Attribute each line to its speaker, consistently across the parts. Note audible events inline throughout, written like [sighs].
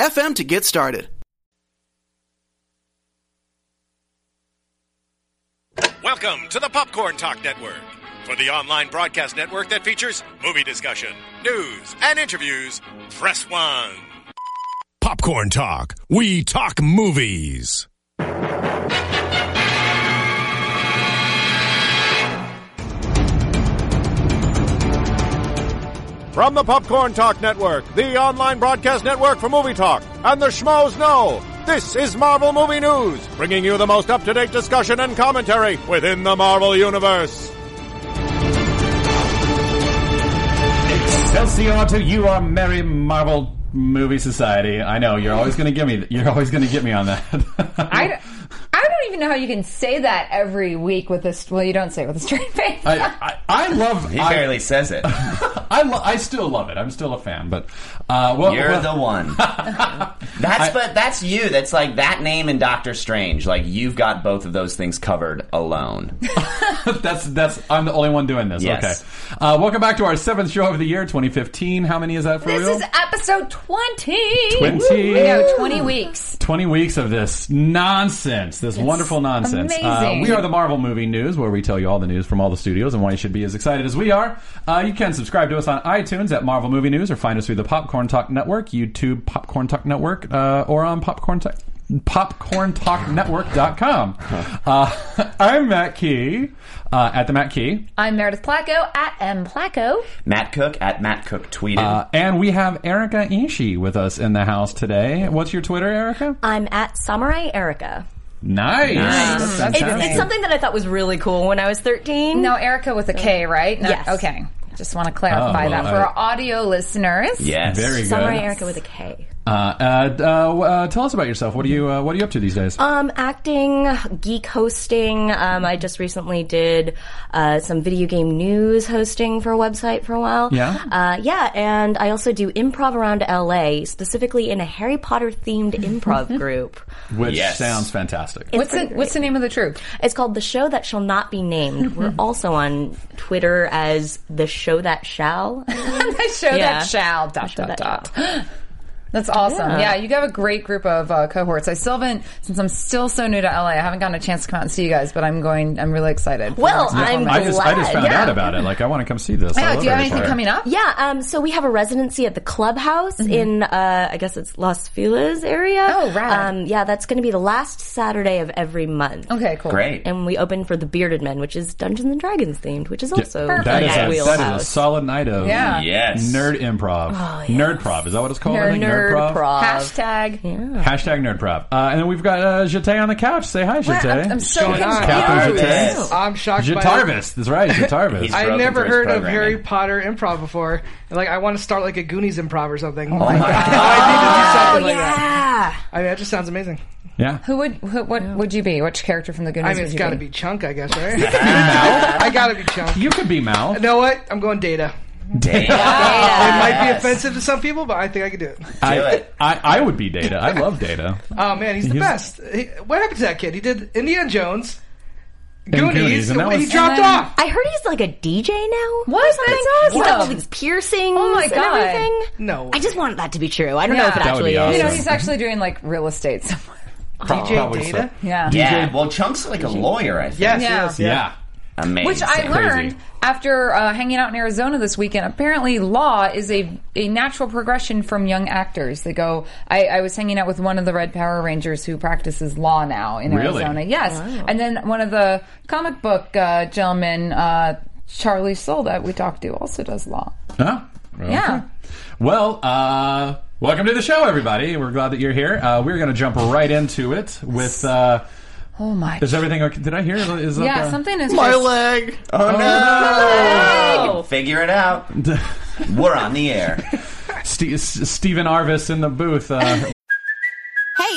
Speaker 1: FM to get started.
Speaker 2: Welcome to the Popcorn Talk Network, for the online broadcast network that features movie discussion, news, and interviews. Press one.
Speaker 3: Popcorn Talk. We talk movies.
Speaker 4: From the Popcorn Talk Network, the online broadcast network for movie talk, and the schmoes know, this is Marvel Movie News, bringing you the most up to date discussion and commentary within the Marvel Universe.
Speaker 5: Excelsior to you, our merry Marvel movie society. I know you're always going to give me. You're always going to get me on that.
Speaker 6: [laughs] I don't, I don't even know how you can say that every week with this. Well, you don't say it with a straight [laughs] face.
Speaker 5: I, I, I love.
Speaker 7: He
Speaker 5: I,
Speaker 7: barely says it.
Speaker 5: I, lo- I still love it. I'm still a fan, but uh, well,
Speaker 7: You're
Speaker 5: well-
Speaker 7: the one. That's but that's you. That's like that name and Doctor Strange. Like you've got both of those things covered alone.
Speaker 5: [laughs] that's that's. I'm the only one doing this.
Speaker 7: Yes.
Speaker 5: Okay. Uh, welcome back to our seventh show of the year, 2015. How many is that for
Speaker 6: this
Speaker 5: real?
Speaker 6: is episode 20.
Speaker 5: 20.
Speaker 6: I know, 20 weeks.
Speaker 5: 20 weeks of this nonsense, this wonderful nonsense.
Speaker 6: amazing.
Speaker 5: Uh, we are the Marvel Movie News, where we tell you all the news from all the studios and why you should be as excited as we are. Uh, you can subscribe to us on iTunes at Marvel Movie News or find us through the Popcorn Talk Network, YouTube Popcorn Talk Network, uh, or on Popcorn Talk. PopcornTalkNetwork.com. Uh, [laughs] I'm Matt Key uh, at the Matt Key,
Speaker 6: I'm Meredith Placco at M Placco.
Speaker 7: Matt Cook at Matt Cook tweeted.
Speaker 5: uh, and we have Erica Ishii with us in the house today. What's your Twitter, Erica?
Speaker 8: I'm at Samurai Erica.
Speaker 5: Nice.
Speaker 7: Nice.
Speaker 5: That's
Speaker 8: It's,
Speaker 5: fantastic.
Speaker 8: it's something that I thought was really cool when I was 13.
Speaker 6: No, Erica with a K, right? No,
Speaker 8: Yes.
Speaker 6: Okay. Just want to clarify
Speaker 5: Oh,
Speaker 6: that
Speaker 5: well,
Speaker 6: for
Speaker 5: I-
Speaker 6: our audio listeners.
Speaker 7: yes.
Speaker 5: Very good.
Speaker 8: Samurai Erica with a K.
Speaker 5: Uh, uh, uh, uh, tell us about yourself. What are you uh, What are you up to these days?
Speaker 8: Um, acting, geek hosting. Um, I just recently did uh, some video game news hosting for a website for a while.
Speaker 5: Yeah?
Speaker 8: Uh, yeah, and I also do improv around LA, specifically in a Harry Potter themed [laughs] improv group.
Speaker 5: Which
Speaker 7: yes.
Speaker 5: sounds fantastic.
Speaker 6: What's the, what's the name of the troupe?
Speaker 8: It's called The Show That Shall Not Be Named. [laughs] We're also on Twitter as The Show That [laughs] Shall.
Speaker 6: the [laughs] show
Speaker 8: Yeah.
Speaker 6: that shall dot
Speaker 8: show
Speaker 6: dot
Speaker 8: that
Speaker 6: dot. That's awesome. Yeah. you have a great group of uh, cohorts. I still haven't, since I'm still so new to LA, I haven't gotten a chance to come out and see you guys, but I'm going, I'm really excited.
Speaker 8: Well, I'm
Speaker 5: I just I just
Speaker 8: glad.
Speaker 5: found
Speaker 8: Yeah.
Speaker 5: out about it. Like I want to come see this. I
Speaker 6: Yeah,
Speaker 5: love
Speaker 6: do you have
Speaker 5: Harry
Speaker 6: anything
Speaker 5: Potter.
Speaker 6: coming up?
Speaker 8: Yeah, um, so we have a residency at the clubhouse in, uh, I guess it's Las Feliz area.
Speaker 6: Mm-hmm. Oh, rad.
Speaker 8: Um, yeah, that's going to be the last Saturday of every month.
Speaker 6: Okay, cool.
Speaker 7: Great.
Speaker 8: And we open for the Bearded Men, which is Dungeons and Dragons themed, which is also
Speaker 5: Yeah, that,
Speaker 8: in
Speaker 5: is
Speaker 8: my
Speaker 5: a,
Speaker 8: wheelhouse.
Speaker 5: that is a solid night of
Speaker 6: Yeah.
Speaker 7: Yes.
Speaker 5: nerd improv. Nerd prov is that what it's called? I think
Speaker 8: Oh, Nerd prov.
Speaker 6: Hashtag.
Speaker 5: Hashtag nerd prov. Uh, and then we've got uh, Jete on the couch. Say hi, Jete.
Speaker 6: I'm, I'm so
Speaker 9: Shut up.
Speaker 5: Captain
Speaker 7: Jarvis.
Speaker 5: Jete.
Speaker 9: I'm shocked by that.
Speaker 5: Jatarvis. That's right, Jatarvis.
Speaker 7: He's
Speaker 9: I
Speaker 7: broken
Speaker 9: never
Speaker 7: through his
Speaker 9: heard of
Speaker 7: programming.
Speaker 9: Harry Potter improv before. And, like, I want to start like a Goonies improv or something.
Speaker 7: Oh
Speaker 9: [laughs]
Speaker 7: my god.
Speaker 9: I need to do something like that.
Speaker 8: yeah.
Speaker 9: I mean, that just sounds amazing.
Speaker 5: yeah.
Speaker 6: Who would who, what would you be? Which character from the Goonies
Speaker 9: I mean,
Speaker 6: would
Speaker 9: it's
Speaker 6: you
Speaker 9: got to be Chunk, I guess, right? [laughs] I got to be Chunk. You
Speaker 5: You could be Mal.
Speaker 9: know what? I'm going Data. It might be offensive to some people, but I think I could do it.
Speaker 7: Do
Speaker 5: I,
Speaker 7: it.
Speaker 5: I I would be Data. I love Data.
Speaker 9: Oh man, he's the
Speaker 5: He's-
Speaker 9: best. He, what happened to that kid? He did Indiana Jones,
Speaker 5: Goonies,
Speaker 9: Goonies,
Speaker 5: and that
Speaker 9: he
Speaker 5: was-
Speaker 9: dropped
Speaker 6: And then-
Speaker 9: off.
Speaker 8: I heard he's like a DJ now.
Speaker 6: What?
Speaker 8: or something.
Speaker 6: That's
Speaker 8: He's got all
Speaker 6: awesome.
Speaker 8: these piercings
Speaker 6: Oh my
Speaker 8: and
Speaker 6: God.
Speaker 8: everything.
Speaker 9: No,
Speaker 8: I just want that to be true. I don't know
Speaker 6: Yeah.
Speaker 8: if it
Speaker 6: That
Speaker 5: would be
Speaker 8: actually
Speaker 5: awesome.
Speaker 8: is.
Speaker 6: You know, he's actually doing like real estate somewhere. [laughs]
Speaker 9: DJ
Speaker 5: Probably so.
Speaker 9: Data.
Speaker 6: Yeah.
Speaker 7: Yeah. Well, Chunk's like a lawyer. I think.
Speaker 9: Yes,
Speaker 6: Yeah.
Speaker 9: yes, yeah.
Speaker 5: Yeah.
Speaker 7: Amazing.
Speaker 6: Which I learned after uh, hanging out in Arizona this weekend. Apparently, law is a, a natural progression from young actors. They go. I, I was hanging out with one of the Red Power Rangers who practices law now in
Speaker 5: Really?
Speaker 6: Arizona. Yes, and then one of the comic book uh, gentlemen, uh, Charlie Soule, that we talked to, also does law.
Speaker 5: Huh?
Speaker 6: Yeah.
Speaker 5: Well, uh, welcome to the show, everybody. We're glad that you're here. Uh, we're going to jump right into it with. Uh,
Speaker 6: Oh my.
Speaker 5: is everything okay? Did I hear? Is that,
Speaker 6: yeah,
Speaker 5: uh,
Speaker 6: something is
Speaker 1: My
Speaker 6: just-
Speaker 1: leg.
Speaker 7: Oh, no!
Speaker 8: Oh.
Speaker 7: Figure it out. We're on the air.
Speaker 5: Ste S- Stephen Arvis in the booth. Uh,
Speaker 6: [laughs]
Speaker 10: Hey,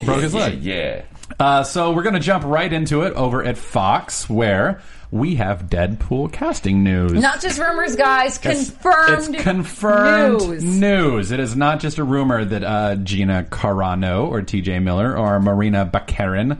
Speaker 5: broke his leg.
Speaker 7: yeah.
Speaker 5: Uh, so we're going to jump right into it over at Fox, where we have Deadpool casting news.
Speaker 6: Not just rumors, guys.
Speaker 5: It's
Speaker 6: Confirmed.
Speaker 5: confirmed
Speaker 6: news.
Speaker 5: news. It is not just a rumor that uh, Gina Carano or T.J. Miller or Marina Baccarin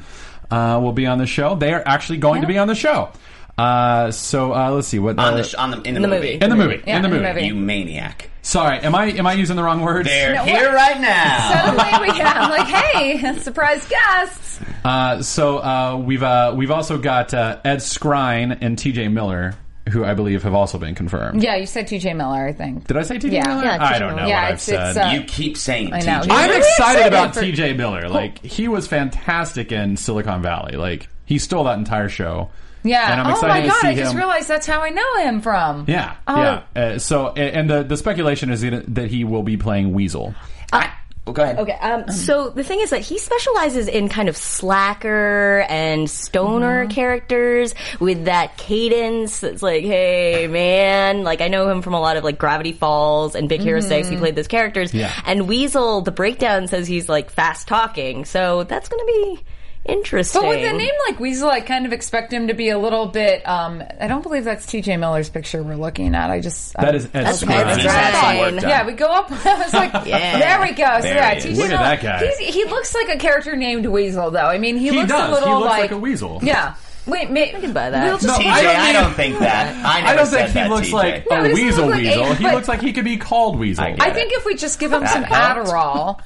Speaker 5: uh, will be on the show. They are actually going to be on the show. Uh, so uh, let's see what
Speaker 7: On
Speaker 5: uh,
Speaker 7: the, sh- on the, in the,
Speaker 8: the
Speaker 7: movie.
Speaker 8: movie.
Speaker 5: in the movie.
Speaker 6: Yeah,
Speaker 5: in the movie.
Speaker 7: You maniac.
Speaker 5: Sorry, am I am I using the wrong words?
Speaker 7: They're
Speaker 6: No,
Speaker 7: here
Speaker 6: what-
Speaker 7: right now.
Speaker 6: Suddenly we have like, hey, [laughs] surprise guests.
Speaker 5: Uh, so uh, we've uh, we've also got uh, Ed Skrine and T.J. Miller, who I believe have also been confirmed.
Speaker 6: Yeah, you said TJ Miller, I think.
Speaker 5: Did I say T.J.
Speaker 6: Yeah.
Speaker 5: Miller?
Speaker 6: Yeah,
Speaker 5: I
Speaker 8: T.J.
Speaker 5: don't know
Speaker 8: Miller.
Speaker 6: Yeah,
Speaker 5: what I've
Speaker 6: it's-
Speaker 5: said.
Speaker 6: it's, uh,
Speaker 7: you keep saying
Speaker 6: I know.
Speaker 7: TJ.
Speaker 5: I'm
Speaker 6: Really
Speaker 5: excited
Speaker 6: excited
Speaker 5: about
Speaker 6: for-
Speaker 5: TJ Miller. Like he was fantastic in Silicon Valley. Like he stole that entire show.
Speaker 6: Yeah.
Speaker 5: And I'm
Speaker 6: oh
Speaker 5: excited
Speaker 6: my god,
Speaker 5: to see
Speaker 6: I just
Speaker 5: him.
Speaker 6: realized that's how I know him from.
Speaker 5: Yeah.
Speaker 6: Oh.
Speaker 5: Yeah. Uh, so a- and the the speculation is that that he will be playing Weasel.
Speaker 7: Oh, go ahead.
Speaker 8: Okay, um, so the thing is that he specializes in kind of slacker and
Speaker 5: Mm-hmm.
Speaker 8: stoner characters with that cadence that's like, hey, man. Like, I know him from a lot of, like, Gravity Falls and Big Hero 6. He played those characters.
Speaker 5: Mm-hmm. Yeah.
Speaker 8: And Weasel, the breakdown says he's, like, fast talking. So that's going to be interesting.
Speaker 6: But with a name like Weasel, I kind of expect him to be a little bit. Um, I don't believe that's TJ Miller's picture we're looking at. I just
Speaker 5: That is Ed
Speaker 8: That's
Speaker 5: Skrine.
Speaker 8: Ed
Speaker 7: He's had some
Speaker 8: Right.
Speaker 7: work done.
Speaker 6: Yeah, we go up. [laughs] I was like,
Speaker 8: Yeah.
Speaker 6: there we go. So
Speaker 7: There
Speaker 6: yeah,
Speaker 7: he is.
Speaker 6: TJ
Speaker 5: Look at
Speaker 6: Miller-
Speaker 5: that guy.
Speaker 6: he's- he looks like a character named Weasel, though. I mean, he,
Speaker 5: He
Speaker 6: looks
Speaker 5: does.
Speaker 6: a
Speaker 5: He
Speaker 6: little
Speaker 5: looks
Speaker 6: like,
Speaker 5: like a weasel.
Speaker 6: Yeah. Wait, may, we can buy that. [laughs]
Speaker 5: No,
Speaker 7: TJ,
Speaker 5: I don't
Speaker 7: I
Speaker 5: mean-
Speaker 7: don't think that. I,
Speaker 5: I
Speaker 7: never
Speaker 5: don't
Speaker 7: said
Speaker 5: think he
Speaker 7: that,
Speaker 5: looks
Speaker 7: TJ.
Speaker 5: like
Speaker 6: No,
Speaker 5: a
Speaker 6: he doesn't
Speaker 5: weasel.
Speaker 6: look like
Speaker 5: weasel.
Speaker 6: a-
Speaker 5: he
Speaker 6: but-
Speaker 5: looks like he could be called Weasel.
Speaker 7: I
Speaker 6: I
Speaker 7: get it.
Speaker 6: think if we just give him
Speaker 7: That
Speaker 6: some
Speaker 7: helped.
Speaker 6: Adderall,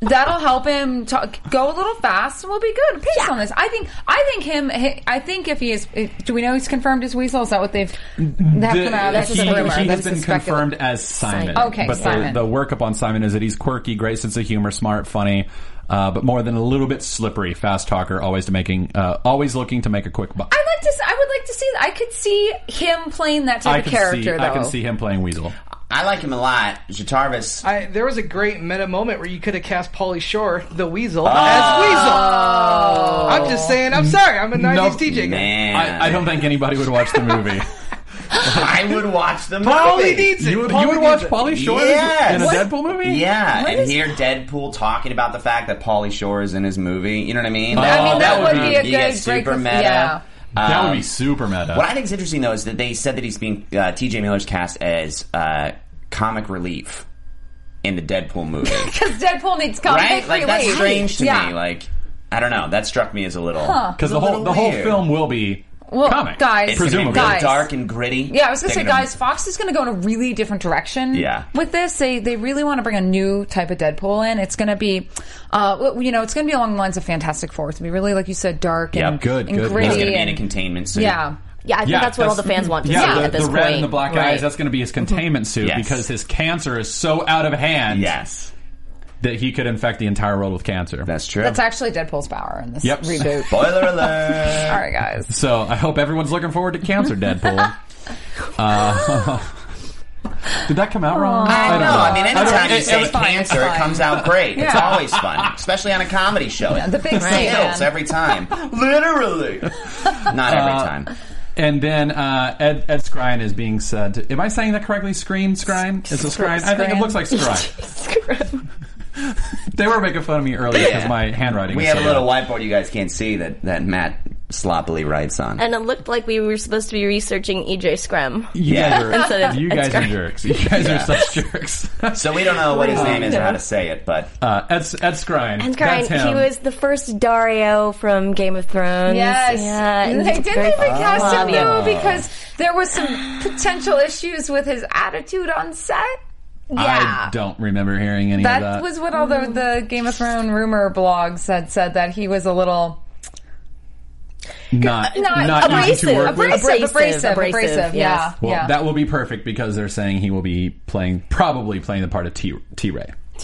Speaker 6: that'll help him talk, go a little fast, and we'll be good. Peace on this. I think. I think him. he- I think if he is, eh, do we know he's confirmed as Weasel? Is that what they've that
Speaker 5: The-
Speaker 6: come out? That's
Speaker 5: he,
Speaker 6: just a rumor.
Speaker 5: he has
Speaker 6: That's
Speaker 5: been
Speaker 6: just specula-
Speaker 5: confirmed as Simon.
Speaker 6: Okay,
Speaker 5: but
Speaker 6: Simon.
Speaker 5: The, the workup on Simon is that he's quirky, great sense of humor, smart, funny, uh, but more than a little bit slippery, fast talker, always to making, uh, always looking to make a quick buck.
Speaker 6: I like to. s- I would like to see. I could see him playing that type
Speaker 5: I
Speaker 6: of
Speaker 5: can
Speaker 6: character.
Speaker 5: see,
Speaker 6: though.
Speaker 5: I can
Speaker 6: [laughs]
Speaker 5: see him playing Weasel.
Speaker 7: I like him a lot. Jatarvis.
Speaker 9: I, there was a great meta moment where you could have cast Pauly Shore, the
Speaker 5: Oh.
Speaker 9: Weasel, as Weasel. I'm just saying. I'm sorry. I'm a '90s
Speaker 5: No,
Speaker 9: DJ guy.
Speaker 7: Man.
Speaker 5: I, I don't think anybody would watch the
Speaker 6: [laughs]
Speaker 5: movie.
Speaker 7: [laughs] I would watch the movie.
Speaker 9: Pauly needs it.
Speaker 5: you would,
Speaker 9: Pauly
Speaker 5: you would
Speaker 9: needs
Speaker 5: watch
Speaker 9: it.
Speaker 5: Polly Shore
Speaker 7: Yes.
Speaker 5: in a
Speaker 7: What?
Speaker 5: Deadpool movie?
Speaker 7: Yeah,
Speaker 6: What
Speaker 7: and
Speaker 6: is-
Speaker 7: hear Deadpool talking about the fact that Pauly Shore is in his movie. You know what I mean?
Speaker 6: I mean,
Speaker 5: Oh,
Speaker 6: that, would be a
Speaker 7: you
Speaker 6: good
Speaker 7: get
Speaker 6: break.
Speaker 7: super
Speaker 6: the-
Speaker 7: meta.
Speaker 6: Yeah.
Speaker 5: That would be super meta.
Speaker 7: What I think is interesting though is that they said that he's being uh, T.J. Miller's cast as uh, comic relief in the Deadpool movie,
Speaker 6: Because Deadpool needs comic
Speaker 7: right? Like that's
Speaker 6: relief.
Speaker 7: strange to
Speaker 6: Oh, Yeah.
Speaker 7: me. Like I don't know. That struck me as a little
Speaker 5: Because the
Speaker 7: a
Speaker 5: whole
Speaker 7: little
Speaker 5: the whole
Speaker 7: weird.
Speaker 5: film will be
Speaker 6: Well,
Speaker 5: comic,
Speaker 6: guys,
Speaker 7: It's gonna be
Speaker 5: presumably.
Speaker 7: really
Speaker 6: guys.
Speaker 7: dark and gritty.
Speaker 6: Yeah, I was gonna
Speaker 7: They're
Speaker 6: say, guys, Fox is gonna go in a really different direction.
Speaker 7: Yeah.
Speaker 6: With this, they they really want to bring a new type of Deadpool in. It's gonna be, uh, well, you know, it's gonna be along the lines of Fantastic Four. It's gonna be really, like you said, dark and,
Speaker 7: Yep. Good,
Speaker 6: and
Speaker 5: good, good.
Speaker 6: gritty.
Speaker 7: He's gonna be in
Speaker 6: and,
Speaker 7: a containment suit.
Speaker 6: yeah.
Speaker 8: yeah, I think
Speaker 5: Yeah,
Speaker 8: that's what all the fans want to
Speaker 5: yeah,
Speaker 8: see
Speaker 5: the,
Speaker 8: at this
Speaker 5: the
Speaker 8: point.
Speaker 5: red and the black
Speaker 8: Right. Mm-hmm.
Speaker 5: eyes. That's going to be his containment suit
Speaker 7: Yes.
Speaker 5: because his cancer is so out of hand
Speaker 7: Yes,
Speaker 5: that he could infect the entire world with cancer.
Speaker 7: that's true.
Speaker 6: That's actually Deadpool's power in this
Speaker 5: Yep. [laughs]
Speaker 6: reboot. All
Speaker 7: Spoiler
Speaker 6: [laughs]
Speaker 7: alert.
Speaker 6: right, guys.
Speaker 5: so I hope everyone's looking forward to Cancer
Speaker 8: [laughs]
Speaker 5: Deadpool. uh, [laughs] did that come out wrong?
Speaker 7: I
Speaker 5: don't
Speaker 7: know. I mean,
Speaker 5: don't-
Speaker 7: anytime
Speaker 5: it-
Speaker 7: you
Speaker 5: it
Speaker 7: say
Speaker 5: was
Speaker 6: fine, it's
Speaker 7: cancer, it
Speaker 6: fine.
Speaker 7: comes out great. It's
Speaker 6: Yeah.
Speaker 7: always fun, especially on a comedy show.
Speaker 6: The big
Speaker 7: Kills
Speaker 6: statement. [laughs]
Speaker 7: every time. Literally. Not every time.
Speaker 5: And then uh, Ed Ed Skrine is being said. To, am I saying that correctly? Screen Skrine is it Skrine? I think it
Speaker 6: Skrine.
Speaker 5: looks like Skrine. they were making fun of me earlier because my handwriting.
Speaker 7: We
Speaker 5: was
Speaker 7: have a
Speaker 5: so
Speaker 7: little
Speaker 5: bad.
Speaker 7: [laughs] whiteboard you guys can't see that, that Matt sloppily writes on.
Speaker 8: [laughs] And it looked like we were supposed to be researching E EJ Scrum.
Speaker 7: You guys are-
Speaker 8: Instead of
Speaker 7: you guys
Speaker 8: Edgar.
Speaker 7: are
Speaker 5: jerks. You guys
Speaker 7: Yeah.
Speaker 5: are such jerks. [laughs]
Speaker 7: so we don't know what his name is or how to say it, but
Speaker 5: uh, Ed, Ed Skrine.
Speaker 8: And Karin,
Speaker 5: That's him.
Speaker 8: he was the first Dario from Game of Thrones.
Speaker 6: Yes.
Speaker 8: Yeah, and
Speaker 6: they
Speaker 8: he's
Speaker 6: did they
Speaker 8: very
Speaker 6: recast him
Speaker 8: funny.
Speaker 6: though because there was some potential issues with his attitude on set.
Speaker 5: I don't remember hearing any
Speaker 6: that,
Speaker 5: of that.
Speaker 6: was what all the, the Game of Thrones rumor blogs had said that he was a little
Speaker 5: not
Speaker 6: not-
Speaker 5: not easy to work with.
Speaker 6: abrasive, abrasive, abrasive, abrasive, yeah,
Speaker 5: Well,
Speaker 6: yeah.
Speaker 5: that will be perfect because they're saying he will be playing, probably playing the part of T Ray.
Speaker 6: T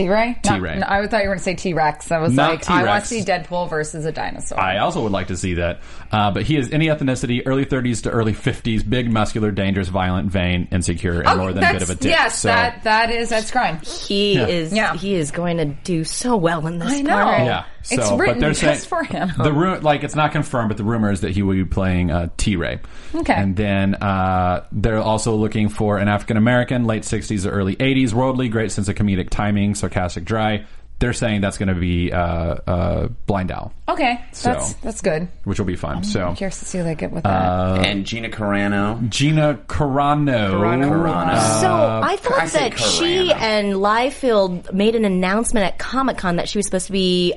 Speaker 6: Ray.
Speaker 5: T-Ray.
Speaker 6: I thought you were going to say T Rex. I was
Speaker 5: Not
Speaker 6: like, I want
Speaker 5: T-Rex.
Speaker 6: to see Deadpool versus a dinosaur.
Speaker 5: I also would like to see that. Uh, but he is any ethnicity, early 30s to early 50s, big, muscular, dangerous, violent, vain, insecure, and
Speaker 6: Oh,
Speaker 5: more than a bit
Speaker 6: that's-
Speaker 5: of a dick.
Speaker 6: Yes,
Speaker 5: so,
Speaker 6: that that is that's Grime.
Speaker 8: He
Speaker 5: Yeah.
Speaker 8: is he is going to do so well in this
Speaker 6: I know.
Speaker 8: part.
Speaker 5: yeah. So,
Speaker 6: it's
Speaker 5: but
Speaker 6: written
Speaker 5: they're
Speaker 6: just
Speaker 5: saying
Speaker 6: for him.
Speaker 5: the ru- like it's not confirmed, but the rumor is that he will be playing uh, T Ray.
Speaker 6: Okay.
Speaker 5: And then uh, they're also looking for an African American, late '60s or early '80s, worldly, great sense of comedic timing, sarcastic, dry. They're saying that's going to be uh, uh, Blind Owl,
Speaker 6: Okay,
Speaker 5: So-
Speaker 6: that's that's good.
Speaker 5: which will be fun. so
Speaker 6: Oh. I'm curious to see what they get with that.
Speaker 5: Uh,
Speaker 7: and Gina Carano.
Speaker 5: Gina Carano.
Speaker 7: Carano.
Speaker 8: So
Speaker 5: Uh,
Speaker 8: I thought
Speaker 7: I say
Speaker 8: that she and Liefeld made an announcement at Comic Con that she was supposed to be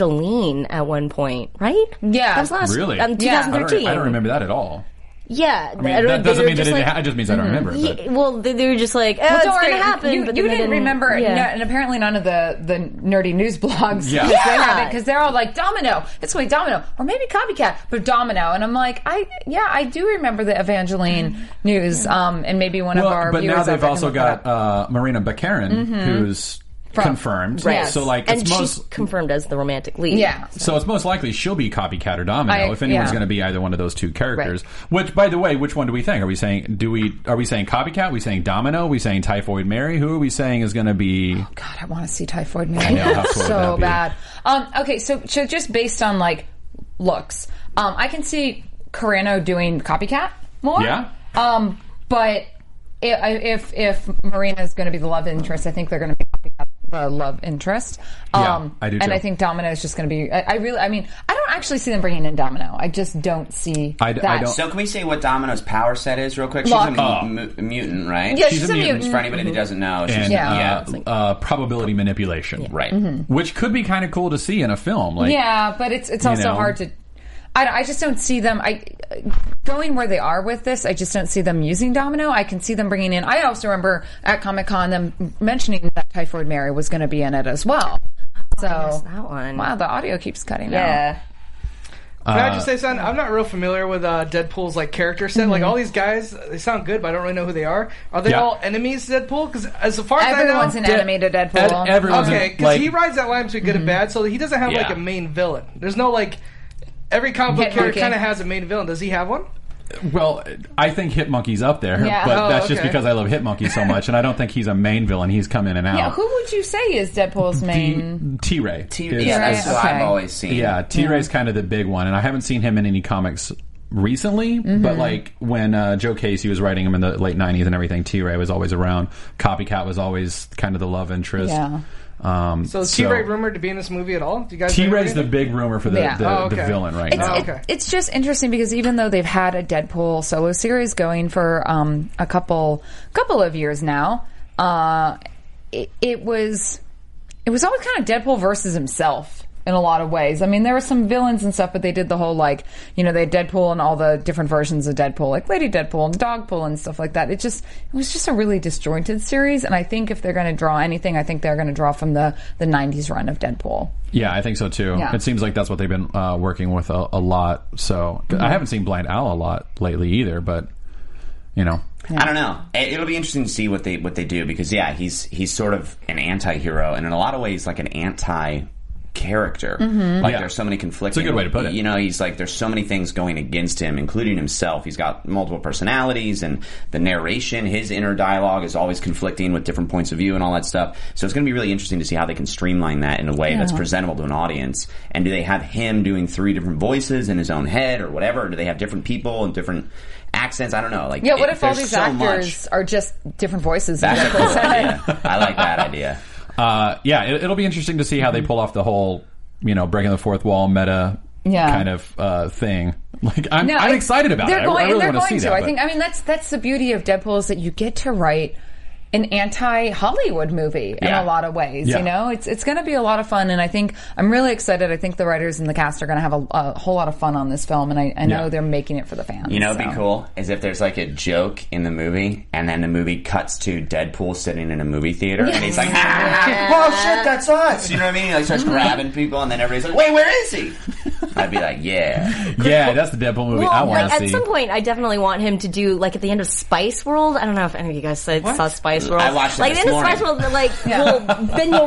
Speaker 8: Evangeline at one point, right?
Speaker 6: Yeah,
Speaker 8: that was last
Speaker 5: really?
Speaker 8: um,
Speaker 5: I
Speaker 8: 2013.
Speaker 5: don't, I don't remember that at all.
Speaker 8: Yeah,
Speaker 5: I mean,
Speaker 8: don't-
Speaker 5: that
Speaker 8: they
Speaker 5: doesn't
Speaker 8: were
Speaker 5: mean that
Speaker 8: just
Speaker 5: it
Speaker 8: like-
Speaker 5: ha- it just means I don't
Speaker 6: Mm-hmm.
Speaker 5: remember it,
Speaker 8: Ye-
Speaker 5: but-
Speaker 8: well, they, they were just like, oh,
Speaker 6: Well,
Speaker 8: it's
Speaker 6: don't
Speaker 8: going
Speaker 6: worry,
Speaker 8: to happen.
Speaker 6: You,
Speaker 8: but
Speaker 6: you
Speaker 8: then they
Speaker 6: didn't remember, and
Speaker 8: yeah.
Speaker 6: no- and apparently none of the, the nerdy news [laughs] blogs
Speaker 5: Yeah.
Speaker 6: they
Speaker 5: Yeah.
Speaker 6: have it because they're all like Domino. It's way Domino, or maybe Copycat, but Domino. And I'm like, I yeah, I do remember the Evangeline news, um, and maybe one of our
Speaker 5: but
Speaker 6: viewers
Speaker 5: now
Speaker 6: out
Speaker 5: they've
Speaker 6: there
Speaker 5: also
Speaker 6: can look that
Speaker 5: got uh, Marina Baccarin, who's
Speaker 6: Mm-hmm. From-
Speaker 5: confirmed.
Speaker 8: Right.
Speaker 5: So like
Speaker 8: and
Speaker 5: it's
Speaker 8: she's
Speaker 5: most
Speaker 8: confirmed as the romantic lead.
Speaker 6: Yeah.
Speaker 5: so it's most likely she'll be copycat or Domino
Speaker 6: I-
Speaker 5: if anyone's
Speaker 6: yeah.
Speaker 5: going to be either one of those two characters. Which, by the way, which one do we think? Are we saying do we are we saying copycat? Are we saying Domino? Are we saying Typhoid Mary? Who are we saying is going to be?
Speaker 6: God, I want to see Typhoid Mary
Speaker 5: know, how cool would
Speaker 6: so
Speaker 5: that be?
Speaker 6: bad. Um, okay, so so just based on like looks, um, I can see Carano doing Copycat more.
Speaker 5: Yeah.
Speaker 6: Um, but i- I- if if Marina is going to be the love interest, I think they're going to be Copycat the love interest. Um,
Speaker 5: Yeah, I do
Speaker 6: And
Speaker 5: too.
Speaker 6: I think Domino is just going to be. I, I really, I mean, I don't actually see them bringing in Domino. I just don't see
Speaker 5: I- I
Speaker 6: that.
Speaker 5: don't-
Speaker 7: So can we say what Domino's power set is real quick? She's
Speaker 6: Lock.
Speaker 7: a mu-
Speaker 5: Oh.
Speaker 7: mu- mutant, right?
Speaker 6: Yeah, She's she's a a mutant. mutant. Mm-hmm.
Speaker 7: For anybody that doesn't know, she's
Speaker 5: And
Speaker 6: Yeah.
Speaker 5: uh, uh, probability manipulation,
Speaker 7: right.
Speaker 6: Mm-hmm.
Speaker 5: Which could be kind of cool to see in a film. Like,
Speaker 6: yeah, but it's it's also
Speaker 5: know.
Speaker 6: hard to. I, I just don't see them. I going where they are with this. I just don't see them using Domino. I can see them bringing in. I also remember at Comic Con them mentioning that Typhoid Mary was going to be in it as well. So
Speaker 8: that one.
Speaker 6: wow, the audio keeps cutting out.
Speaker 8: Yeah.
Speaker 9: Can I just say something? I'm not real familiar with uh, Deadpool's like character set. Like all these guys, they sound good, but I don't really know who they are. Are they
Speaker 5: Mm-hmm. Yeah.
Speaker 9: all enemies, to Deadpool? Because as far as
Speaker 6: Everyone's
Speaker 9: I
Speaker 6: an
Speaker 9: know,
Speaker 6: enemy to Deadpool.
Speaker 5: Ed- everyone's
Speaker 9: okay,
Speaker 5: in,
Speaker 9: because
Speaker 5: like, mm-hmm.
Speaker 9: he rides that line between good and bad, so he doesn't have like
Speaker 5: Yeah.
Speaker 9: a main villain. There's no like every comic book
Speaker 6: Hitmonkey.
Speaker 9: character kind of has a main villain. Does he have one?
Speaker 5: Well, I think Hitmonkey's up there,
Speaker 6: Yeah.
Speaker 5: but
Speaker 6: Oh,
Speaker 5: that's just
Speaker 9: okay.
Speaker 5: because I love Hitmonkey so much, and I don't think he's a main villain. He's come in and out.
Speaker 6: yeah, who would you say is Deadpool's main?
Speaker 5: T Ray.
Speaker 7: T- yeah,
Speaker 6: Right,
Speaker 7: that's what
Speaker 6: okay.
Speaker 7: I've always seen.
Speaker 5: Yeah, T Ray's kind of the big one, and I haven't seen him in any comics recently.
Speaker 6: Mm-hmm.
Speaker 5: But like when uh, Joe Casey was writing him in the late '90s and everything, T Ray was always around. Copycat was always kind of the love interest.
Speaker 6: Yeah.
Speaker 5: Um,
Speaker 9: So is T-Ray rumored to be in this movie at all? Do you guys?
Speaker 5: T Ray's the
Speaker 9: remember
Speaker 5: big rumor for the
Speaker 6: Yeah.
Speaker 5: the,
Speaker 9: Oh,
Speaker 5: the
Speaker 9: okay.
Speaker 5: villain right
Speaker 6: It's,
Speaker 5: now.
Speaker 6: it-
Speaker 9: okay.
Speaker 6: it's just interesting because even though they've had a Deadpool solo series going for um, a couple couple of years now, uh, it, it was it was always kind of Deadpool versus himself in a lot of ways. I mean, there were some villains and stuff, but they did the whole like you know they had Deadpool and all the different versions of Deadpool, like Lady Deadpool and Dogpool and stuff like that. It just it was just a really disjointed series, and I think if they're going to draw anything, I think they're going to draw from the the '90s run of Deadpool.
Speaker 5: Yeah, I think so too.
Speaker 6: Yeah.
Speaker 5: It seems like that's what they've been uh, working with a, a lot. So
Speaker 6: Mm-hmm.
Speaker 5: I haven't seen Blind Owl a lot lately either, but you know,
Speaker 7: I don't know. It- It'll be interesting to see what they what they do because yeah, he's he's sort of an anti-hero and in a lot of ways like an anti character. Like
Speaker 5: Yeah.
Speaker 7: there's so many conflicting.
Speaker 5: It's a good way to put it.
Speaker 7: You know, he's like there's so many things going against him, including himself. He's got multiple personalities and the narration, his inner dialogue is always conflicting with different points of view and all that stuff. So it's going to be really interesting to see how they can streamline that in a way that's presentable to an audience. And do they have him doing three different voices in his own head or whatever? Or do they have different people and different accents? I don't know. Like
Speaker 6: Yeah, what
Speaker 7: it-
Speaker 6: if all these
Speaker 7: there's so much.
Speaker 6: [laughs] actors are just different voices? in
Speaker 7: That's a
Speaker 6: Deadpool?
Speaker 7: cool idea. [laughs] I like that idea.
Speaker 5: uh, yeah, it, it'll be interesting to
Speaker 6: Mm-hmm.
Speaker 5: see how they pull off the whole, you know, breaking the fourth wall meta
Speaker 6: Yeah.
Speaker 5: kind of uh, thing. [laughs] Like I'm, I'm
Speaker 6: I-
Speaker 5: excited about
Speaker 6: they're
Speaker 5: it. I-
Speaker 6: Going,
Speaker 5: I, really
Speaker 6: and they're
Speaker 5: want to
Speaker 6: going
Speaker 5: see
Speaker 6: to.
Speaker 5: that.
Speaker 6: I
Speaker 5: but-
Speaker 6: think. I mean, that's that's the beauty of Deadpool is that you get to write an anti-Hollywood movie
Speaker 5: Yeah.
Speaker 6: in a lot of ways.
Speaker 5: Yeah.
Speaker 6: You know, it's it's going to be a lot of fun, and I think I'm really excited. I think the writers and the cast are going to have a, a whole lot of fun on this film, and I, I know
Speaker 7: Yeah.
Speaker 6: they're making it for the fans.
Speaker 7: You know, it'd be
Speaker 6: so.
Speaker 7: cool is if there's like a joke in the movie, and then the movie cuts to Deadpool sitting in a movie theater, and he's like,
Speaker 6: Yeah.
Speaker 7: "Oh shit, that's us!" You know what I mean? He like
Speaker 6: [laughs]
Speaker 7: starts grabbing people, and then everybody's like, "Wait, where is he?" I'd be like, "Yeah,
Speaker 5: yeah, that's the Deadpool movie
Speaker 8: Well,
Speaker 5: I want
Speaker 8: like,
Speaker 5: to
Speaker 8: at
Speaker 5: see.
Speaker 8: some point, I definitely want him to do like at the end of Spice World. I don't know if any of you guys saw, saw Spice World.
Speaker 7: I watched it
Speaker 8: like
Speaker 7: this
Speaker 8: the end
Speaker 7: morning.
Speaker 8: of Spice World. they're Like, well, then you'll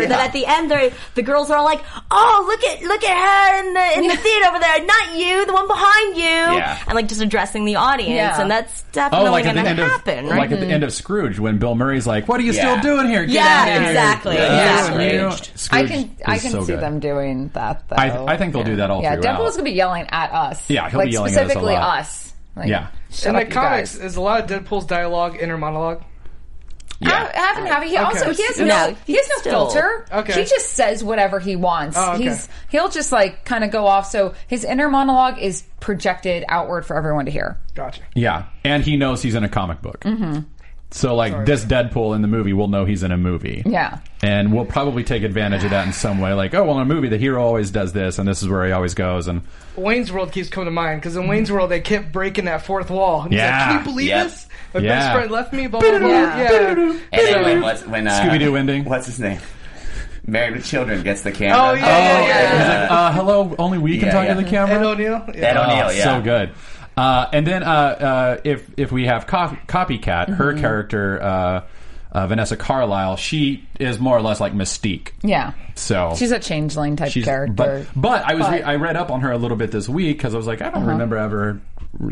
Speaker 5: [laughs]
Speaker 7: Yeah.
Speaker 8: that at the end, they the girls are all like, "Oh, look at look at her in the in the [laughs] theater over there, not you, the one behind you,"
Speaker 5: Yeah.
Speaker 8: and like just addressing the audience,
Speaker 5: Yeah.
Speaker 8: and that's
Speaker 5: Oh,
Speaker 8: definitely
Speaker 5: like at the
Speaker 8: going to
Speaker 5: end
Speaker 8: happen,
Speaker 5: of
Speaker 8: right?
Speaker 5: like at the end of Scrooge when Bill Murray's like, "What are you
Speaker 6: Mm-hmm. Yeah.
Speaker 5: still doing here? Get
Speaker 6: Yeah,
Speaker 5: out of here."
Speaker 6: exactly,
Speaker 5: Yeah, you know,
Speaker 6: I
Speaker 5: Scrooge
Speaker 6: can I
Speaker 5: is
Speaker 6: can
Speaker 5: so
Speaker 6: see
Speaker 5: good.
Speaker 6: them doing that though.
Speaker 5: I, I think they'll do that all
Speaker 6: yeah,
Speaker 5: throughout.
Speaker 6: Deadpool's going to be yelling at us.
Speaker 5: Yeah, he'll be
Speaker 6: like
Speaker 5: yelling at us a
Speaker 6: specifically
Speaker 5: lot.
Speaker 6: us. Like,
Speaker 5: yeah,
Speaker 6: shut
Speaker 9: In
Speaker 6: up,
Speaker 9: the
Speaker 6: you
Speaker 9: comics,
Speaker 6: guys.
Speaker 9: is a lot of Deadpool's dialogue inner monologue.
Speaker 6: Yeah. Haven't have he
Speaker 9: Okay.
Speaker 6: also he has no,
Speaker 9: No,
Speaker 6: he has no
Speaker 9: still-
Speaker 6: filter.
Speaker 9: Okay.
Speaker 6: He just says whatever he wants.
Speaker 9: Oh, okay.
Speaker 6: He's he'll just like kind of go off. So his inner monologue is projected outward for everyone to hear.
Speaker 9: Gotcha.
Speaker 5: yeah, and he knows he's in a comic book.
Speaker 6: Mm-hmm.
Speaker 5: So like this Deadpool in the movie will know he's in a movie.
Speaker 6: Yeah.
Speaker 5: And we'll probably take advantage of that in some way. Like, oh, well, in a movie, the hero always does this, and this is where he always goes. And
Speaker 9: Wayne's World keeps coming to mind because in Wayne's World they kept breaking that fourth wall. And he's
Speaker 5: Yeah.
Speaker 9: like, Can you believe
Speaker 5: Yep.
Speaker 9: this? My
Speaker 5: Yeah.
Speaker 9: best friend left me. Blah blah blah. Yeah.
Speaker 7: And
Speaker 6: [laughs]
Speaker 7: then when, what's, when uh,
Speaker 5: Scooby-Doo ending.
Speaker 7: What's his name? Married with Children gets the camera.
Speaker 9: Oh yeah, yeah, yeah.
Speaker 5: He's like, uh, hello, only we can
Speaker 7: Yeah,
Speaker 5: talk
Speaker 7: yeah.
Speaker 5: to the camera.
Speaker 9: Ed O'Neill. Yeah.
Speaker 7: Ed O'Neill,
Speaker 5: Oh,
Speaker 7: yeah.
Speaker 5: so good. Uh, and then uh, uh, if if we have co- copycat, her
Speaker 6: Mhm.
Speaker 5: character uh, uh, Vanessa Carlisle, she is more or less like Mystique.
Speaker 6: Yeah.
Speaker 5: So
Speaker 6: She's a changeling type
Speaker 5: she's-
Speaker 6: character.
Speaker 5: But, but I was
Speaker 6: But-
Speaker 5: re- I read up on her a little bit this week because I was like I don't
Speaker 6: Uh-huh.
Speaker 5: remember ever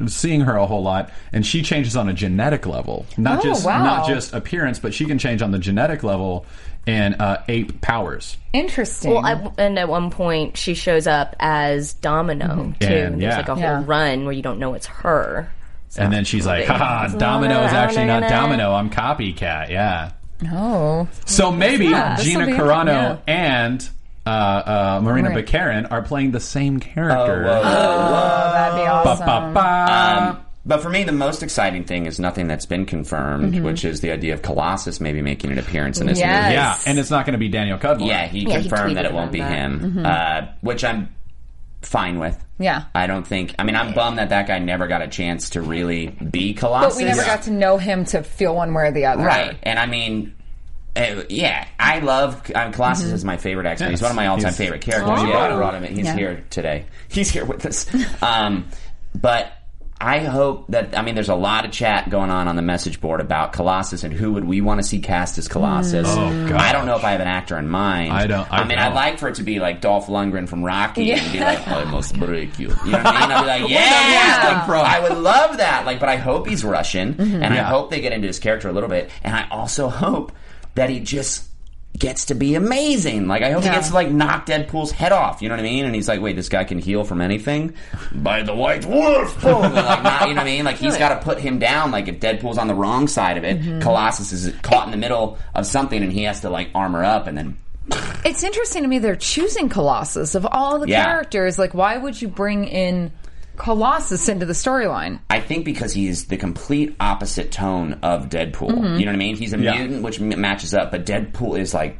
Speaker 5: seeing her a whole lot, and she changes on a genetic level, not
Speaker 6: Oh,
Speaker 5: just
Speaker 6: wow.
Speaker 5: not just appearance, but she can change on the genetic level and uh, ape powers.
Speaker 6: Interesting.
Speaker 8: Well, I, and at one point, she shows up as Domino too.
Speaker 5: And,
Speaker 8: There's
Speaker 5: Mm-hmm. yeah.
Speaker 8: like a whole
Speaker 5: Yeah.
Speaker 8: run where you don't know it's her.
Speaker 5: and then she's like,
Speaker 8: movie.
Speaker 5: haha,
Speaker 8: It's
Speaker 5: Domino
Speaker 8: not
Speaker 5: is
Speaker 8: a-
Speaker 5: actually not
Speaker 8: not a-
Speaker 5: Domino. I'm copycat. Yeah.
Speaker 6: No.
Speaker 5: So maybe
Speaker 6: Yeah, this
Speaker 5: Gina
Speaker 6: will be
Speaker 5: Carano
Speaker 6: interesting,
Speaker 5: and uh, uh, Marina
Speaker 6: Right.
Speaker 5: Baccarin are playing the
Speaker 7: Oh,
Speaker 5: same character.
Speaker 6: that'd be awesome.
Speaker 7: Um, but for me, the most exciting thing is nothing that's been confirmed,
Speaker 6: Mm-hmm.
Speaker 5: Mhm.
Speaker 7: which is the idea of Colossus maybe making an appearance in this
Speaker 5: Yes.
Speaker 7: movie.
Speaker 5: Yeah, and it's not going to be Daniel Cudmore.
Speaker 7: Yeah, he
Speaker 5: Yeah, he
Speaker 7: confirmed that
Speaker 5: tweeted
Speaker 7: it won't be
Speaker 5: about that.
Speaker 7: him,
Speaker 5: Mhm.
Speaker 7: uh, which I'm fine with.
Speaker 6: yeah.
Speaker 7: I don't think. I mean, I'm bummed that that guy never got a chance to really be Colossus.
Speaker 6: But we never got to know him to feel one way or the other.
Speaker 7: Right. And I mean, uh, yeah, I love I mean, Colossus is my favorite X Men.
Speaker 5: Yes.
Speaker 7: He's one of my all time
Speaker 5: He's-
Speaker 7: favorite characters.
Speaker 5: Oh.
Speaker 7: Yeah, I brought him. in. He's
Speaker 5: Yeah.
Speaker 7: here today. [laughs] He's here with us. Um, but. I hope that I mean there's a lot of chat going on on the message board about Colossus and who would we want to see cast as Colossus.
Speaker 5: Mm. Oh, gosh.
Speaker 7: I don't know if I have an actor in mind.
Speaker 5: I don't- I
Speaker 7: mean,
Speaker 5: don't.
Speaker 7: I'd like for it to be like Dolph Lundgren from Rocky and be
Speaker 5: Yeah.
Speaker 7: like, "Oh, "I must break you." You know what I
Speaker 5: [laughs]
Speaker 7: mean? I'd be like, "Yeah, I would love that." Like, but I hope he's Russian,
Speaker 5: Mhm.
Speaker 7: and I
Speaker 5: Yeah.
Speaker 7: hope they get into his character a little bit. And I also hope that he just gets to be amazing. Like, I hope
Speaker 5: Yeah.
Speaker 7: he gets to like knock Deadpool's head off. You know what I mean? And he's like, "Wait, this guy can heal from anything by the White Wolf." [laughs] Boom! And, like, not, you know what I mean? Like, he's got to put him down. Like, if Deadpool's on the wrong side of it,
Speaker 5: Mm-hmm.
Speaker 6: Mhm.
Speaker 7: Colossus is caught in the middle of something, and he has to like armor up and then
Speaker 6: It's interesting to me they're choosing Colossus of all the
Speaker 7: Yeah.
Speaker 6: characters. Like, why would you bring in Colossus into the storyline?
Speaker 7: I think because he's the complete opposite tone of Deadpool.
Speaker 6: Mhm.
Speaker 7: You know what I mean? He's a
Speaker 5: Yeah.
Speaker 7: mutant, which m- matches up, but Deadpool is like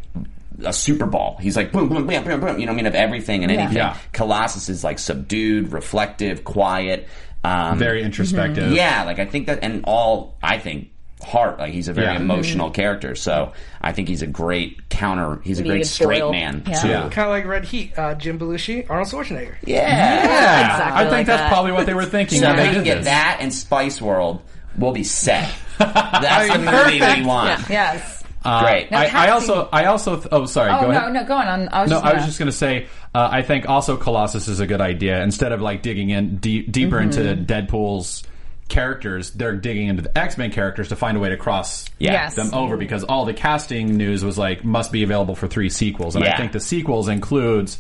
Speaker 7: a Super Ball. He's like boom, boom, boom, boom, boom. You know what I mean? Of everything and
Speaker 5: Yeah.
Speaker 7: anything.
Speaker 5: Yeah.
Speaker 7: Colossus is like subdued, reflective, quiet, um,
Speaker 5: Very introspective. Mhm.
Speaker 7: Yeah, like I think that, and all I think heart. Like he's a very
Speaker 5: Yeah.
Speaker 7: emotional character. So I think he's a great counter. He's a great straight man. too.
Speaker 9: Kind of like Red Heat, uh, Jim Belushi, Arnold Schwarzenegger.
Speaker 7: Yeah.
Speaker 5: I think that's probably what they were thinking.
Speaker 7: So
Speaker 5: when
Speaker 7: if
Speaker 5: they
Speaker 7: we can
Speaker 5: did
Speaker 7: get
Speaker 5: this.
Speaker 7: that and Spice World, we'll
Speaker 5: [laughs]
Speaker 7: be set. That's the movie
Speaker 5: perfect.
Speaker 7: we want.
Speaker 6: Yes.
Speaker 5: Uh,
Speaker 7: Great.
Speaker 5: I,
Speaker 6: Now, how
Speaker 5: I
Speaker 6: do
Speaker 5: also, I also, th- oh, sorry.
Speaker 6: oh
Speaker 5: go
Speaker 6: no,
Speaker 5: ahead.
Speaker 6: no, go on. I'm- I was
Speaker 5: no,
Speaker 6: just
Speaker 5: I
Speaker 6: gonna,
Speaker 5: was just going to say, uh, I think also Colossus is a good idea. Instead of like digging in deep, deeper
Speaker 6: Mhm.
Speaker 7: Mm-hmm.
Speaker 5: into Deadpool's characters, they're digging into the X Men characters to find a way to cross
Speaker 7: Yeah. Yes.
Speaker 5: them over because all the casting news was like must be available for three sequels, and I
Speaker 7: Yeah.
Speaker 5: think the sequels includes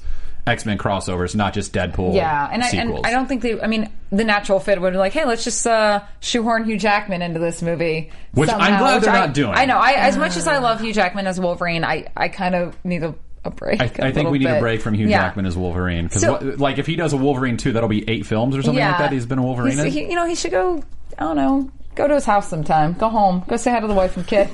Speaker 5: X Men crossovers, not just Deadpool.
Speaker 6: yeah, and I,
Speaker 5: sequels.
Speaker 6: and I don't think they. I mean, the natural fit would be like, hey, let's just uh, shoehorn Hugh Jackman into this movie.
Speaker 5: Which I'm
Speaker 6: somehow,
Speaker 5: glad
Speaker 6: which
Speaker 5: they're
Speaker 6: I-
Speaker 5: not doing.
Speaker 6: I know. I, as much as I love Hugh Jackman as Wolverine, I, I kind of need to a break.
Speaker 5: I, I think
Speaker 6: little
Speaker 5: we need a
Speaker 6: bit.
Speaker 5: break from Hugh
Speaker 6: Yeah.
Speaker 5: Jackman as Wolverine because,
Speaker 6: So-
Speaker 5: like, if he does a Wolverine two, that'll be eight films or something like that. He's been a Wolverine.
Speaker 6: He's-
Speaker 5: in.
Speaker 6: he- you know, he should go. I don't know. Go to his house sometime. Go home. Go say hi to the wife and kids.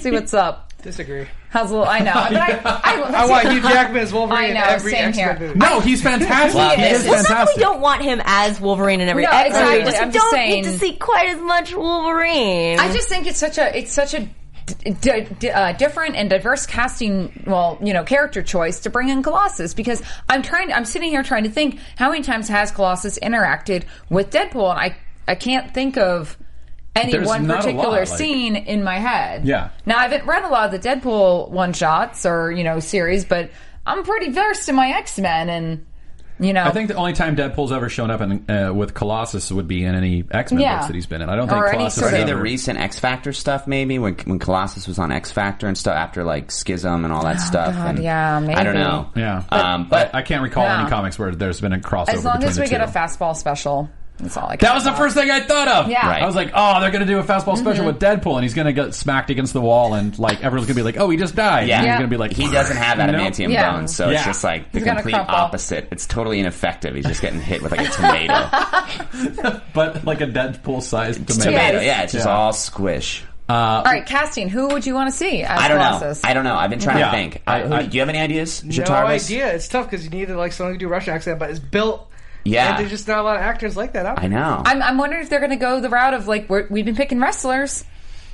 Speaker 6: see what's up.
Speaker 9: Disagree.
Speaker 6: How's a
Speaker 5: [laughs]
Speaker 6: little? I know. But I, [laughs] I,
Speaker 9: I want Hugh Jackman as Wolverine
Speaker 6: I know.
Speaker 9: in every
Speaker 6: same
Speaker 9: X-Men
Speaker 6: here.
Speaker 5: [laughs]
Speaker 9: movie.
Speaker 5: no,
Speaker 6: [laughs]
Speaker 5: he's fantastic.
Speaker 8: Well,
Speaker 5: he is
Speaker 8: it's not that we
Speaker 5: fantastic.
Speaker 8: don't want him as Wolverine in every
Speaker 6: No,
Speaker 8: X-Men movie,
Speaker 6: exactly.
Speaker 8: just
Speaker 6: I'm
Speaker 8: don't
Speaker 6: just
Speaker 8: get to
Speaker 6: saying-
Speaker 8: see quite as much Wolverine.
Speaker 6: I just think it's such a it's such a d- d- d- uh, different and diverse casting, well, you know, character choice to bring in Colossus because I'm trying, I'm sitting here trying to think how many times has Colossus interacted with Deadpool, and I I can't think of any
Speaker 5: There's
Speaker 6: one
Speaker 5: not a
Speaker 6: particular
Speaker 5: lot, like-
Speaker 6: scene in my head.
Speaker 5: Yeah.
Speaker 6: Now I haven't read a lot of the Deadpool one shots or you know series, but I'm pretty versed in my X Men and you know
Speaker 5: I think the only time Deadpool's ever shown up in, uh, with Colossus would be in any X Men
Speaker 6: Yeah.
Speaker 5: books that he's been in. I don't think
Speaker 6: Or any
Speaker 5: Colossus.
Speaker 6: sort
Speaker 5: has
Speaker 6: of-
Speaker 7: Say the
Speaker 5: ever-
Speaker 7: recent X Factor stuff, maybe when when Colossus was on X Factor and stuff after like Schism and all that stuff.
Speaker 6: Oh, God,
Speaker 7: and
Speaker 6: yeah,
Speaker 7: I don't
Speaker 6: maybe.
Speaker 7: know.
Speaker 5: Yeah,
Speaker 7: um, but
Speaker 5: I, I can't recall
Speaker 6: Yeah.
Speaker 5: any comics where there's been a crossover.
Speaker 6: as long
Speaker 5: between
Speaker 6: as
Speaker 5: the
Speaker 6: we get
Speaker 5: two.
Speaker 6: a fastball special, that's all I. Care
Speaker 5: That was the
Speaker 6: about.
Speaker 5: first thing I thought of.
Speaker 6: Yeah. Mm-hmm. Right.
Speaker 5: I was like, oh, they're going to do a fastball special with Deadpool, and he's going to get smacked against the wall, and like everyone's going to be like, oh, he just died.
Speaker 7: Yeah.
Speaker 5: And
Speaker 7: Yeah.
Speaker 5: You're going to be like,
Speaker 7: he doesn't have
Speaker 5: you know?
Speaker 7: adamantium
Speaker 6: Yeah.
Speaker 7: bones, so
Speaker 5: Yeah.
Speaker 7: it's just like the
Speaker 6: He's got a
Speaker 7: complete
Speaker 6: crop ball.
Speaker 7: opposite. It's totally ineffective. He's just getting hit with like a
Speaker 6: [laughs]
Speaker 7: tomato.
Speaker 5: But like a Deadpool sized tomato.
Speaker 7: tomato.
Speaker 6: Yes.
Speaker 7: Yeah, it's just
Speaker 5: Yeah.
Speaker 7: all squish.
Speaker 6: All right, casting. Who would you want to see as
Speaker 7: I don't know.
Speaker 6: Colossus?
Speaker 7: I don't know. I've been trying
Speaker 5: Yeah.
Speaker 7: to think.
Speaker 5: I-
Speaker 7: I, who-
Speaker 5: I-
Speaker 7: do you have any ideas,
Speaker 9: No
Speaker 7: Jatarvis?
Speaker 9: idea. It's tough because you need like someone who can do Russian accent, but it's built.
Speaker 7: Yeah.
Speaker 9: And there's just not a lot of actors like that out.
Speaker 7: I
Speaker 9: there.
Speaker 7: know.
Speaker 6: I'm, I'm wondering if they're going to go the route of like we're, we've been picking wrestlers,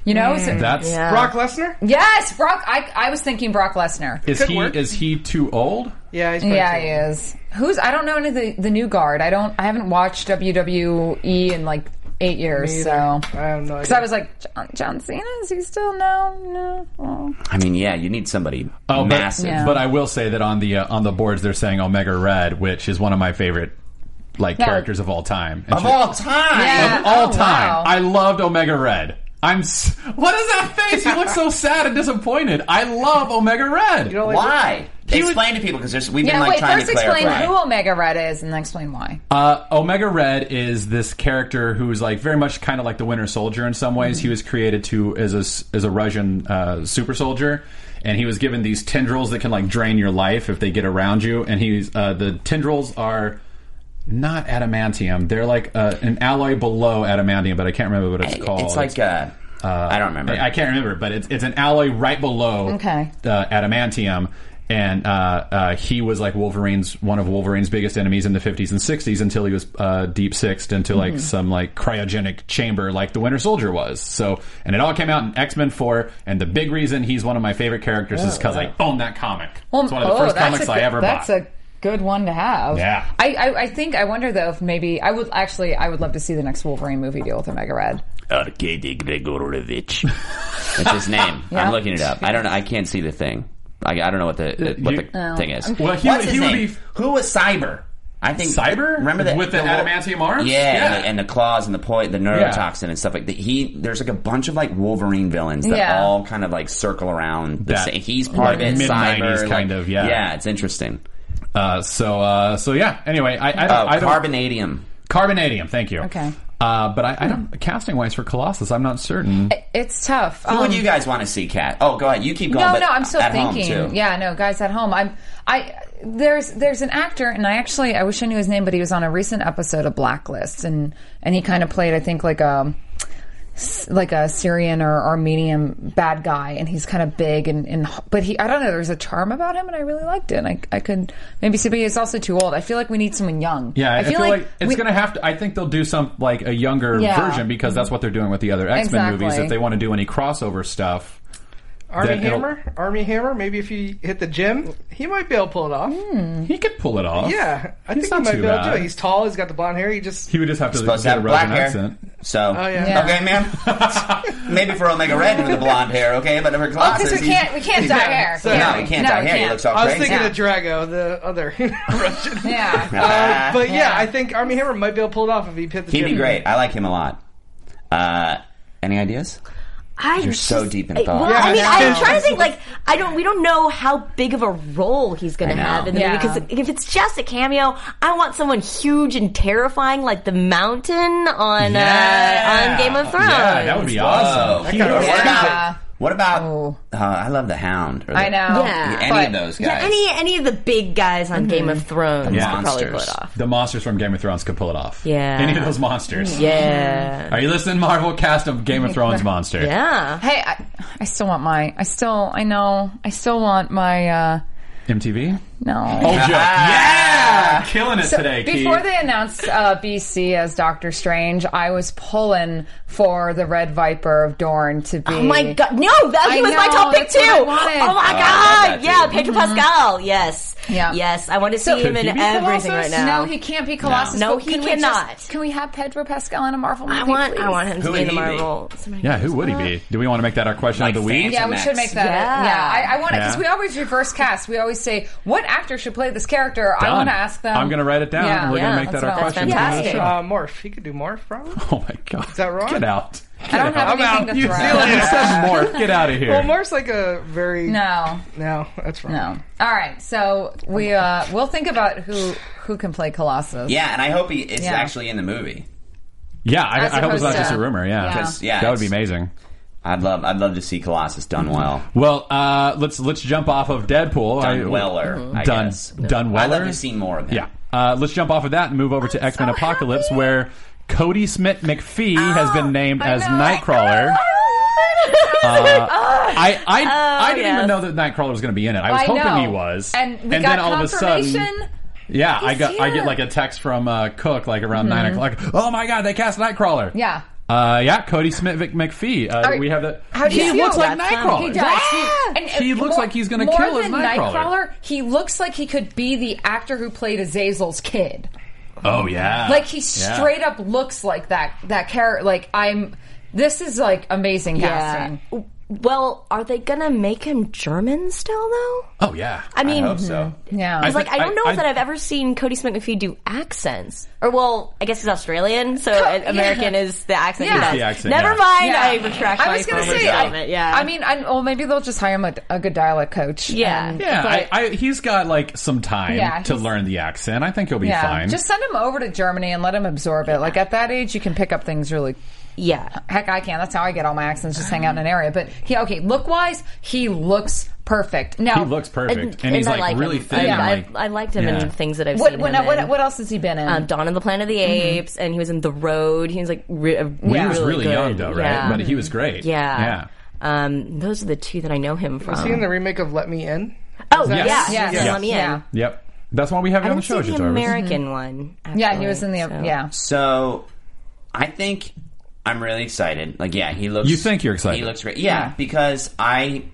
Speaker 6: you know? so-
Speaker 5: That's
Speaker 9: Brock Lesnar.
Speaker 6: yes, Brock. I, I was thinking Brock Lesnar.
Speaker 5: is
Speaker 9: Could
Speaker 5: he
Speaker 9: work.
Speaker 5: is he too old?
Speaker 9: Yeah. He's
Speaker 6: Yeah,
Speaker 9: pretty
Speaker 6: he
Speaker 9: cool.
Speaker 6: is. Who's? I don't know any of the, the new guard. I don't. I haven't watched WWE in like eight years.
Speaker 9: Me
Speaker 6: so
Speaker 9: either. I have no
Speaker 6: because
Speaker 9: idea.
Speaker 6: I was like John, John Cena. Is he still no no? Oh.
Speaker 7: I mean, yeah, you need somebody
Speaker 5: Oh, but-
Speaker 7: massive.
Speaker 6: Yeah.
Speaker 5: But I will say that on the uh, on the boards they're saying Omega Red, which is one of my favorite like
Speaker 6: No.
Speaker 5: characters of all time. And
Speaker 7: Of
Speaker 5: she-
Speaker 7: all time.
Speaker 6: Yeah.
Speaker 5: of all
Speaker 6: Oh,
Speaker 5: time.
Speaker 6: wow.
Speaker 5: I loved Omega Red. I'm. S- [laughs] what is that face? He looks so sad and disappointed. I love Omega Red.
Speaker 9: don't like-
Speaker 7: Why?
Speaker 5: would-
Speaker 7: Explain to people because we've been
Speaker 6: Yeah,
Speaker 7: like
Speaker 6: wait.
Speaker 7: trying
Speaker 6: First,
Speaker 7: to clarify.
Speaker 6: explain who Omega Red is, and then explain why.
Speaker 5: Uh, Omega Red is this character who's like very much kind of like the Winter Soldier in some ways. He was created to as a as a Russian uh, super soldier, and he was given these tendrils that can like drain your life if they get around you. And he's uh, the tendrils are not adamantium; they're like uh, an alloy below adamantium, but I can't remember what it's called.
Speaker 7: It's like uh, I don't remember.
Speaker 5: I can't remember, but it's, it's an alloy right below
Speaker 6: Okay.
Speaker 5: uh, adamantium. And uh, uh, he was like Wolverine's one of Wolverine's biggest enemies in the 50s and 60s until he was uh, deep sixed into like
Speaker 6: Mm-hmm.
Speaker 5: some like cryogenic chamber like the Winter Soldier was. So and it all came out in X Men 4. And the big reason he's one of my favorite characters is because I own that comic. it's one of the
Speaker 6: oh,
Speaker 5: first
Speaker 6: that's
Speaker 5: comics
Speaker 6: a
Speaker 5: I
Speaker 6: good-
Speaker 5: ever
Speaker 6: that's
Speaker 5: bought.
Speaker 6: a good one to have.
Speaker 5: Yeah.
Speaker 6: I, I, I think I wonder though if maybe I would actually I would love to see the next Wolverine movie deal with Omega Red.
Speaker 7: Arkady Gregorovich. That's
Speaker 6: [laughs]
Speaker 7: his name. I'm looking it up. I don't know. I can't see the thing. I, I don't know what the what
Speaker 5: Uh, you- Oh,
Speaker 7: the thing is.
Speaker 5: Well, he-
Speaker 7: What's his
Speaker 5: he would
Speaker 7: name?
Speaker 5: be-
Speaker 7: Who was Cyber? I think
Speaker 5: Cyber?
Speaker 7: Remember that
Speaker 5: With the adamantium arms?
Speaker 7: Yeah,
Speaker 5: Yeah.
Speaker 7: And, the, and the claws and the point, the neurotoxin and stuff like that. He there's like a bunch of like Wolverine villains that
Speaker 6: Yeah.
Speaker 7: all kind of like circle around. The
Speaker 5: That-
Speaker 7: same. He's part of
Speaker 5: like
Speaker 7: it.
Speaker 5: mid-nineties
Speaker 7: Cyber,
Speaker 5: kind
Speaker 7: like-
Speaker 5: of, yeah.
Speaker 7: Yeah, it's interesting.
Speaker 5: Uh, so uh, so yeah. Anyway, I, I don't.
Speaker 7: Oh,
Speaker 5: I don't
Speaker 7: carbonadium.
Speaker 5: Carbonadium. Thank you.
Speaker 6: Okay.
Speaker 5: Uh, but I, I don't casting wise for Colossus. I'm not certain.
Speaker 6: It's tough.
Speaker 7: Who
Speaker 6: Um,
Speaker 7: would you guys want to see, Kat? Oh, go ahead. You keep going.
Speaker 6: no,
Speaker 7: but
Speaker 6: no, I'm still
Speaker 7: at home,
Speaker 6: thinking.
Speaker 7: too.
Speaker 6: Yeah, no, guys at home. I'm I there's there's an actor and I actually I wish I knew his name, but he was on a recent episode of Blacklist and and he kind of played I think like a like a Syrian or Armenian bad guy, and he's kind of big and, and but he I don't know. There's a charm about him, and I really liked it. And I I could maybe see, but he's also too old. I feel like we need someone young.
Speaker 5: Yeah, I, feel like, it's
Speaker 6: we-
Speaker 5: going to have to. I think they'll do some like a younger
Speaker 6: Yeah.
Speaker 5: version because that's what they're doing with the other X Men
Speaker 6: Exactly.
Speaker 5: movies. If they want to do any crossover stuff,
Speaker 9: Army
Speaker 5: That it'll-
Speaker 9: Hammer. Army Hammer. Maybe if he hit the gym, he might be able to pull it off.
Speaker 5: he could pull it off.
Speaker 9: Yeah, I
Speaker 5: He's
Speaker 9: think he
Speaker 5: not
Speaker 9: might
Speaker 5: too
Speaker 9: be able to
Speaker 5: bad.
Speaker 9: do it. He's tall. He's got the blonde hair. He just
Speaker 5: He would just have to
Speaker 7: supposed to
Speaker 5: get a
Speaker 7: have black
Speaker 5: Russian
Speaker 7: hair.
Speaker 5: accent.
Speaker 7: So,
Speaker 9: yeah. Yeah.
Speaker 7: okay, ma'am. [laughs] Maybe for Omega Red with the blonde hair, okay, but for
Speaker 6: Oh,
Speaker 7: glasses,
Speaker 6: because we
Speaker 7: he's-
Speaker 6: can't we
Speaker 7: [laughs]
Speaker 5: [laughs]
Speaker 6: can't dye hair.
Speaker 9: so-
Speaker 7: No, he can't dye hair. He looks all
Speaker 9: I was
Speaker 7: crazy.
Speaker 9: thinking of Drago, the other [laughs] Russian.
Speaker 6: Yeah.
Speaker 9: Uh, [laughs] but yeah,
Speaker 6: Yeah.
Speaker 9: I think Army Hammer might be able to pull it off if he hit the
Speaker 7: He'd
Speaker 9: gym.
Speaker 7: be great. I like him a lot. Uh, any ideas?
Speaker 8: I
Speaker 7: You're so
Speaker 8: just-
Speaker 7: deep in thought.
Speaker 8: Well, I mean,
Speaker 9: I
Speaker 8: I'm
Speaker 9: know.
Speaker 8: trying to think. Like, I don't. We don't know how big of a role he's going
Speaker 7: I
Speaker 8: to
Speaker 7: know.
Speaker 8: have in the
Speaker 6: Yeah.
Speaker 8: movie because if it's just a cameo, I want someone huge and terrifying, like the Mountain on
Speaker 5: Yeah.
Speaker 8: uh, on Game of Thrones.
Speaker 5: Yeah, that would be awesome.
Speaker 7: Whoa. Or-
Speaker 6: Yeah.
Speaker 7: What about?
Speaker 6: oh.
Speaker 7: Uh, I love the Hound. or the-
Speaker 8: I know. Yeah.
Speaker 7: any
Speaker 8: But-
Speaker 7: of those guys.
Speaker 8: Yeah, any any of the big guys on
Speaker 6: Mm-hmm.
Speaker 8: Game of Thrones
Speaker 5: Yeah.
Speaker 8: could probably pull it off.
Speaker 5: The monsters from Game of Thrones could pull it off.
Speaker 8: Yeah.
Speaker 5: Any of those monsters.
Speaker 8: Yeah.
Speaker 5: Are you listening, Marvel? Cast of Game of Thrones monster.
Speaker 8: Yeah.
Speaker 6: Hey, I, I still want my. I still. I know. I still want my. uh
Speaker 5: MTV?
Speaker 6: No.
Speaker 5: Old joke. Yeah! Ah. Killing it
Speaker 6: So
Speaker 5: Oh, today,
Speaker 6: before
Speaker 5: Keith.
Speaker 6: they announced uh, BC as Doctor Strange, I was pulling for the Red Viper of Dorne to be.
Speaker 8: Oh my god! No, that he
Speaker 6: I
Speaker 8: was my
Speaker 6: know,
Speaker 8: top pick
Speaker 6: that's
Speaker 8: too.
Speaker 6: what I
Speaker 8: Oh
Speaker 6: wanted.
Speaker 8: my
Speaker 6: Oh,
Speaker 7: I
Speaker 8: god!
Speaker 7: love that
Speaker 8: Yeah,
Speaker 7: dude.
Speaker 8: Pedro
Speaker 7: Mhm.
Speaker 8: Pascal. Yes.
Speaker 6: Yeah.
Speaker 8: Yes, I want to see
Speaker 6: So-
Speaker 8: him
Speaker 6: Could
Speaker 8: in
Speaker 6: he be
Speaker 8: everything right
Speaker 6: Colossus?
Speaker 8: now.
Speaker 6: No, he can't be Colossus.
Speaker 8: No,
Speaker 6: but
Speaker 8: he
Speaker 6: can we just-
Speaker 8: cannot.
Speaker 6: can we have Pedro Pascal in a Marvel movie?
Speaker 8: I want.
Speaker 6: please?
Speaker 8: I want him
Speaker 5: Who
Speaker 8: to be
Speaker 5: would
Speaker 8: in the
Speaker 5: he be?
Speaker 8: Marvel. Somebody
Speaker 5: Yeah, who
Speaker 8: goes,
Speaker 5: would he
Speaker 8: "Ah."
Speaker 5: be? Do we want to make that our question
Speaker 7: Like
Speaker 5: of the week?
Speaker 7: fans?
Speaker 6: Yeah, we
Speaker 7: Next.
Speaker 6: should make that.
Speaker 8: Yeah.
Speaker 6: Yeah, I, I want it because
Speaker 5: Yeah.
Speaker 6: we always reverse cast. We always say what actor should play this character. I
Speaker 5: Done.
Speaker 6: want to ask them.
Speaker 5: I'm gonna write it down, and we're gonna make
Speaker 6: that's
Speaker 5: that our
Speaker 6: what I-
Speaker 5: question.
Speaker 6: that's
Speaker 8: Fantastic.
Speaker 6: fantastic.
Speaker 9: Uh, Morph. He could do Morph, probably.
Speaker 5: [laughs] Oh my god. Is
Speaker 9: that wrong?
Speaker 5: Get out.
Speaker 6: I don't have
Speaker 9: I'm out.
Speaker 6: anything to
Speaker 9: You
Speaker 6: throw.
Speaker 9: see you later.
Speaker 5: It says
Speaker 6: [laughs]
Speaker 5: morph. Get out of here.
Speaker 9: Well, Morph's like a very
Speaker 6: No,
Speaker 9: No, that's wrong.
Speaker 6: no. All right, so we uh, we'll think about who who can play Colossus.
Speaker 7: Yeah, and I hope he it's
Speaker 6: Yeah.
Speaker 7: actually in the movie.
Speaker 5: yeah, I,
Speaker 6: As
Speaker 5: I hope it's not
Speaker 6: opposed
Speaker 5: just
Speaker 6: to-
Speaker 5: a rumor. Yeah.
Speaker 6: Yeah.
Speaker 7: 'Cause, yeah,
Speaker 5: that would be
Speaker 7: it's-
Speaker 5: amazing.
Speaker 7: I'd love I'd love to see Colossus done well.
Speaker 5: Well, uh, let's let's jump off of Deadpool. I-
Speaker 7: Done weller. I
Speaker 5: Done.
Speaker 7: guess.
Speaker 5: Done
Speaker 7: I'd love
Speaker 5: weller?
Speaker 7: to see more of him.
Speaker 5: Yeah. Uh, let's jump off of that and move over to X Men Apocalypse, where Cody Smith McPhee
Speaker 6: Oh,
Speaker 5: has been named as
Speaker 6: [laughs]
Speaker 5: Nightcrawler.
Speaker 6: Oh,
Speaker 5: Uh, I I, I didn't even
Speaker 8: yes.
Speaker 5: know that Nightcrawler was going to be in it. I was hoping
Speaker 6: know.
Speaker 5: he was,
Speaker 6: and we got
Speaker 5: then all of a
Speaker 6: confirmation.
Speaker 5: sudden, yeah, I
Speaker 6: He's
Speaker 5: got I
Speaker 6: here. Mm-hmm.
Speaker 5: get like a text from uh, Cook like around nine o'clock. Oh my god, they cast Nightcrawler.
Speaker 6: Yeah.
Speaker 5: uh, yeah, Cody Smith Mc- McPhee. Uh,
Speaker 6: right.
Speaker 5: we have that.
Speaker 6: How do
Speaker 5: he
Speaker 6: you
Speaker 5: looks
Speaker 6: feel?
Speaker 5: like
Speaker 6: That's
Speaker 5: Nightcrawler.
Speaker 6: He does. He, and,
Speaker 5: He
Speaker 6: uh,
Speaker 5: looks
Speaker 6: more-
Speaker 5: like he's gonna
Speaker 6: more
Speaker 5: kill as
Speaker 6: than
Speaker 5: Nightcrawler.
Speaker 6: He looks like he could be the actor who played Azazel's kid.
Speaker 5: Oh yeah,
Speaker 6: Like he
Speaker 5: Yeah.
Speaker 6: straight up looks like that that character. Like I'm. This is like amazing
Speaker 8: Yeah.
Speaker 6: casting.
Speaker 8: Well, are they gonna make him German still though?
Speaker 5: Oh yeah.
Speaker 8: I mean,
Speaker 7: hope so.
Speaker 6: Yeah.
Speaker 8: It's like I don't know
Speaker 5: I-
Speaker 8: that
Speaker 5: I-
Speaker 8: I've ever seen Cody Smith McPhee do accents. Or well, I guess he's Australian, so
Speaker 6: Co- [laughs]
Speaker 8: American
Speaker 6: yeah.
Speaker 8: is the accent.
Speaker 6: Yeah.
Speaker 8: He
Speaker 6: It's
Speaker 8: does.
Speaker 6: the
Speaker 5: accent,
Speaker 8: Never
Speaker 5: yeah.
Speaker 8: mind.
Speaker 6: Yeah.
Speaker 8: I retract.
Speaker 6: I was
Speaker 8: going
Speaker 6: gonna
Speaker 8: to
Speaker 6: say, I,
Speaker 8: yeah.
Speaker 6: I mean, I, well, maybe they'll just hire him a, a good dialect coach.
Speaker 8: Yeah.
Speaker 6: and-
Speaker 5: Yeah,
Speaker 8: But-
Speaker 5: I, I, he's got like some time
Speaker 6: Yeah,
Speaker 5: to
Speaker 6: he's-
Speaker 5: learn the accent. I think he'll be
Speaker 6: yeah.
Speaker 5: fine.
Speaker 6: Just send him over to Germany and let him absorb it. Like at that age, you can pick up things really.
Speaker 8: yeah.
Speaker 6: Heck, I can. That's how I get all my accents. Just hang out in an area. But he, okay, look wise, he looks perfect. Now
Speaker 5: he looks perfect, and, he's
Speaker 8: I
Speaker 5: like, really
Speaker 8: him.
Speaker 5: thin.
Speaker 8: um, I,
Speaker 5: and,
Speaker 8: I,
Speaker 5: like,
Speaker 8: I liked him
Speaker 5: Yeah.
Speaker 8: in things that I've
Speaker 6: What,
Speaker 8: seen.
Speaker 6: what,
Speaker 8: him
Speaker 6: what,
Speaker 8: in.
Speaker 6: what Mm-hmm. else has he been in?
Speaker 8: Um, Dawn of the Planet of the Apes, and he was in The Road. He was like, re- uh,
Speaker 5: well, he was
Speaker 8: really,
Speaker 5: really,
Speaker 8: good.
Speaker 5: young though, right?
Speaker 8: Yeah.
Speaker 5: But he was great.
Speaker 8: yeah.
Speaker 5: yeah.
Speaker 8: Um, those are the two that I know him from.
Speaker 9: Was he in the remake of Let Me In?
Speaker 5: Yes.
Speaker 8: oh yeah,
Speaker 5: Yes.
Speaker 8: yes.
Speaker 6: Yes.
Speaker 8: Let me in.
Speaker 6: Yeah.
Speaker 5: Yep. That's why we have
Speaker 8: I
Speaker 5: you on the
Speaker 8: didn't
Speaker 5: show,
Speaker 8: see the
Speaker 5: Jitaro.
Speaker 8: American one.
Speaker 6: yeah, he
Speaker 8: actually,
Speaker 6: was in the
Speaker 8: so-
Speaker 6: yeah.
Speaker 7: So I think I'm really excited. Like yeah, he looks
Speaker 5: You think you're excited?
Speaker 7: He looks great. Yeah, because I